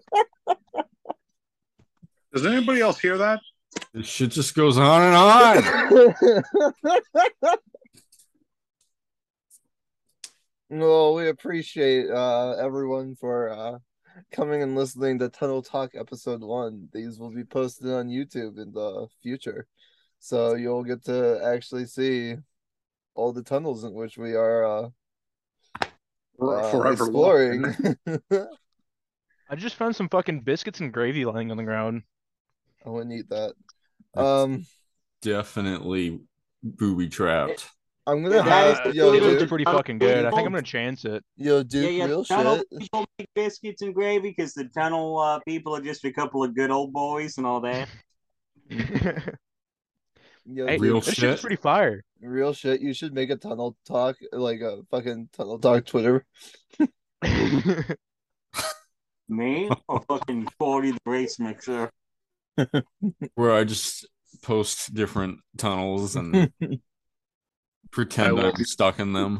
Does anybody else hear that? This shit just goes on and on. Well, we appreciate uh, everyone for uh, coming and listening to Tunnel Talk episode one. These will be posted on YouTube in the future, so you'll get to actually see all the tunnels in which we are uh, uh, Forever exploring. I just found some fucking biscuits and gravy lying on the ground. I wouldn't eat that. Um, Definitely booby trapped. I'm gonna Uh, have it Oh, yo, looks dude. pretty fucking good. I think I'm gonna chance it. Yo, Duke, yeah, real tunnel shit. people make biscuits and gravy because the tunnel uh, people are just a couple of good old boys and all that. Yo, Hey, Duke. this shit's pretty fire. Real shit. You should make a tunnel talk, like a fucking tunnel talk Twitter. Me or fucking Forty the race mixer? Where I just post different tunnels and pretend I'm stuck in them.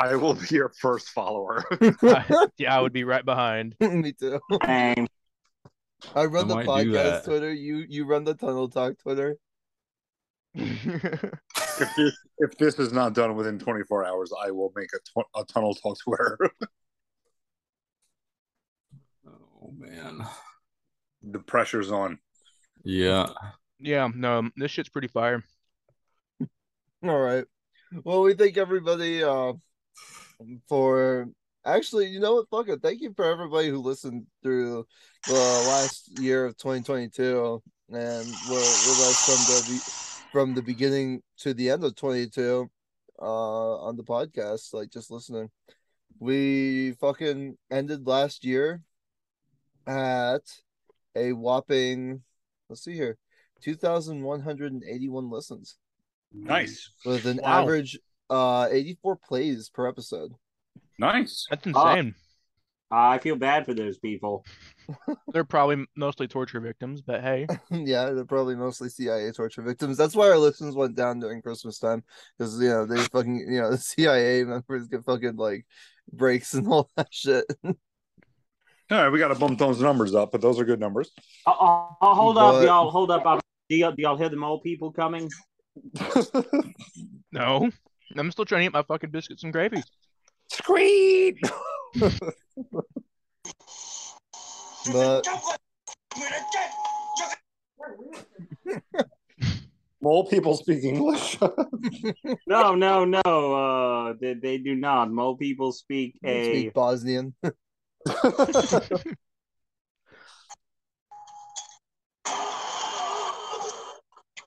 I will be your first follower. yeah, I would be right behind. Me too. I run the might do podcast that. Twitter. You you run the tunnel talk Twitter. if, this, if this is not done within 24 hours, I will make a, tw- a tunnel talk Twitter. oh man. The pressure's on. Yeah. Yeah, no, this shit's pretty fire. All right. Well, we thank everybody uh for actually, you know what? Fuck it. Thank you for everybody who listened through the last year of 2022 and were with us from the be- from the beginning to the end of 22 uh on the podcast, like just listening. We fucking ended last year at a whopping, let's see here, 2,181 listens. Nice. With an Wow. average uh 84 plays per episode. Nice. That's Uh, insane. Uh, I feel bad for those people. They're probably mostly torture victims, but hey, yeah, they're probably mostly CIA torture victims. That's why our listens went down during Christmas time because you know they fucking you know the CIA members get fucking like breaks and all that shit. All right, we got to bump those numbers up, but those are good numbers. Uh, uh, uh, hold up, But- y'all. Hold up. Uh, Do y'all, do y'all hear them old people coming? no. I'm still trying to eat my fucking biscuits and gravy. Scream! But Mole people speak English. Oh No, no, no. Uh, they, they do not. Mole people speak They a speak Bosnian.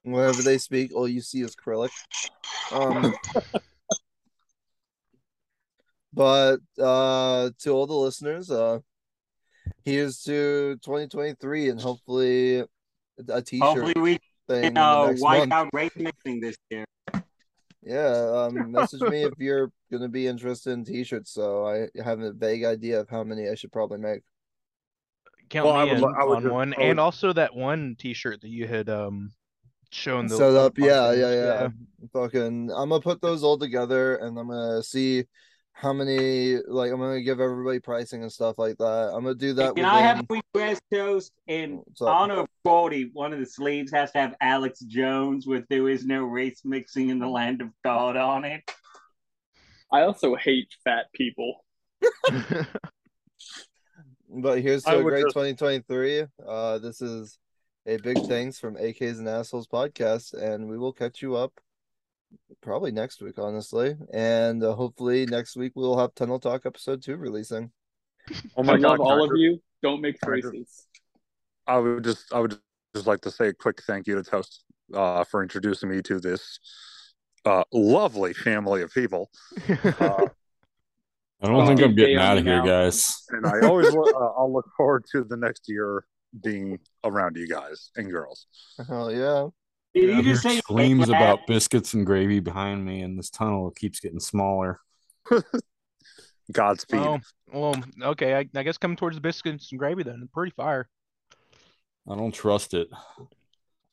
whenever they speak, all you see is Krillic. Um, but uh, to all the listeners, uh, here's to 2023 and hopefully a t shirt. Hopefully we thing in can the uh, next wipe month. out race mixing this year. Yeah, um, message me if you're gonna be interested in t-shirts. So I have a vague idea of how many I should probably make. Count Well, me I would in lo- I would on just- one, I and would- also that one T-shirt that you had um shown the Set on the up, yeah, podcast, yeah, yeah. Fucking, I'm gonna put those all together, and I'm gonna see how many. Like, I'm gonna give everybody pricing and stuff like that. I'm gonna do that. Can I have within- a request toast in up? honor of Gordy? One of the sleeves has to have Alex Jones with "There is no race mixing in the land of God" on it. I also hate fat people. But here's I to a would great just- 2023. Uh, this is a big thanks from AKs and Assholes podcast, and we will catch you up probably next week, honestly. And uh, hopefully next week we'll have Tunnel Talk episode two releasing. Oh my I love God, all of Tucker. you. Don't make Tucker. choices. I would just, I would just like to say a quick thank you to Toast uh, for introducing me to this uh, lovely family of people. Oh, Uh, I don't think Uh, I'm Day getting on out of the here, mountain. guys. and I always, lo- uh, I'll look forward to the next year being around you guys and girls. Hell yeah. Did I you hear just say screams about biscuits and gravy behind me, and this tunnel keeps getting smaller. Godspeed. Oh, well, okay. I, I guess coming towards the biscuits and gravy then. Pretty fire. I don't trust it.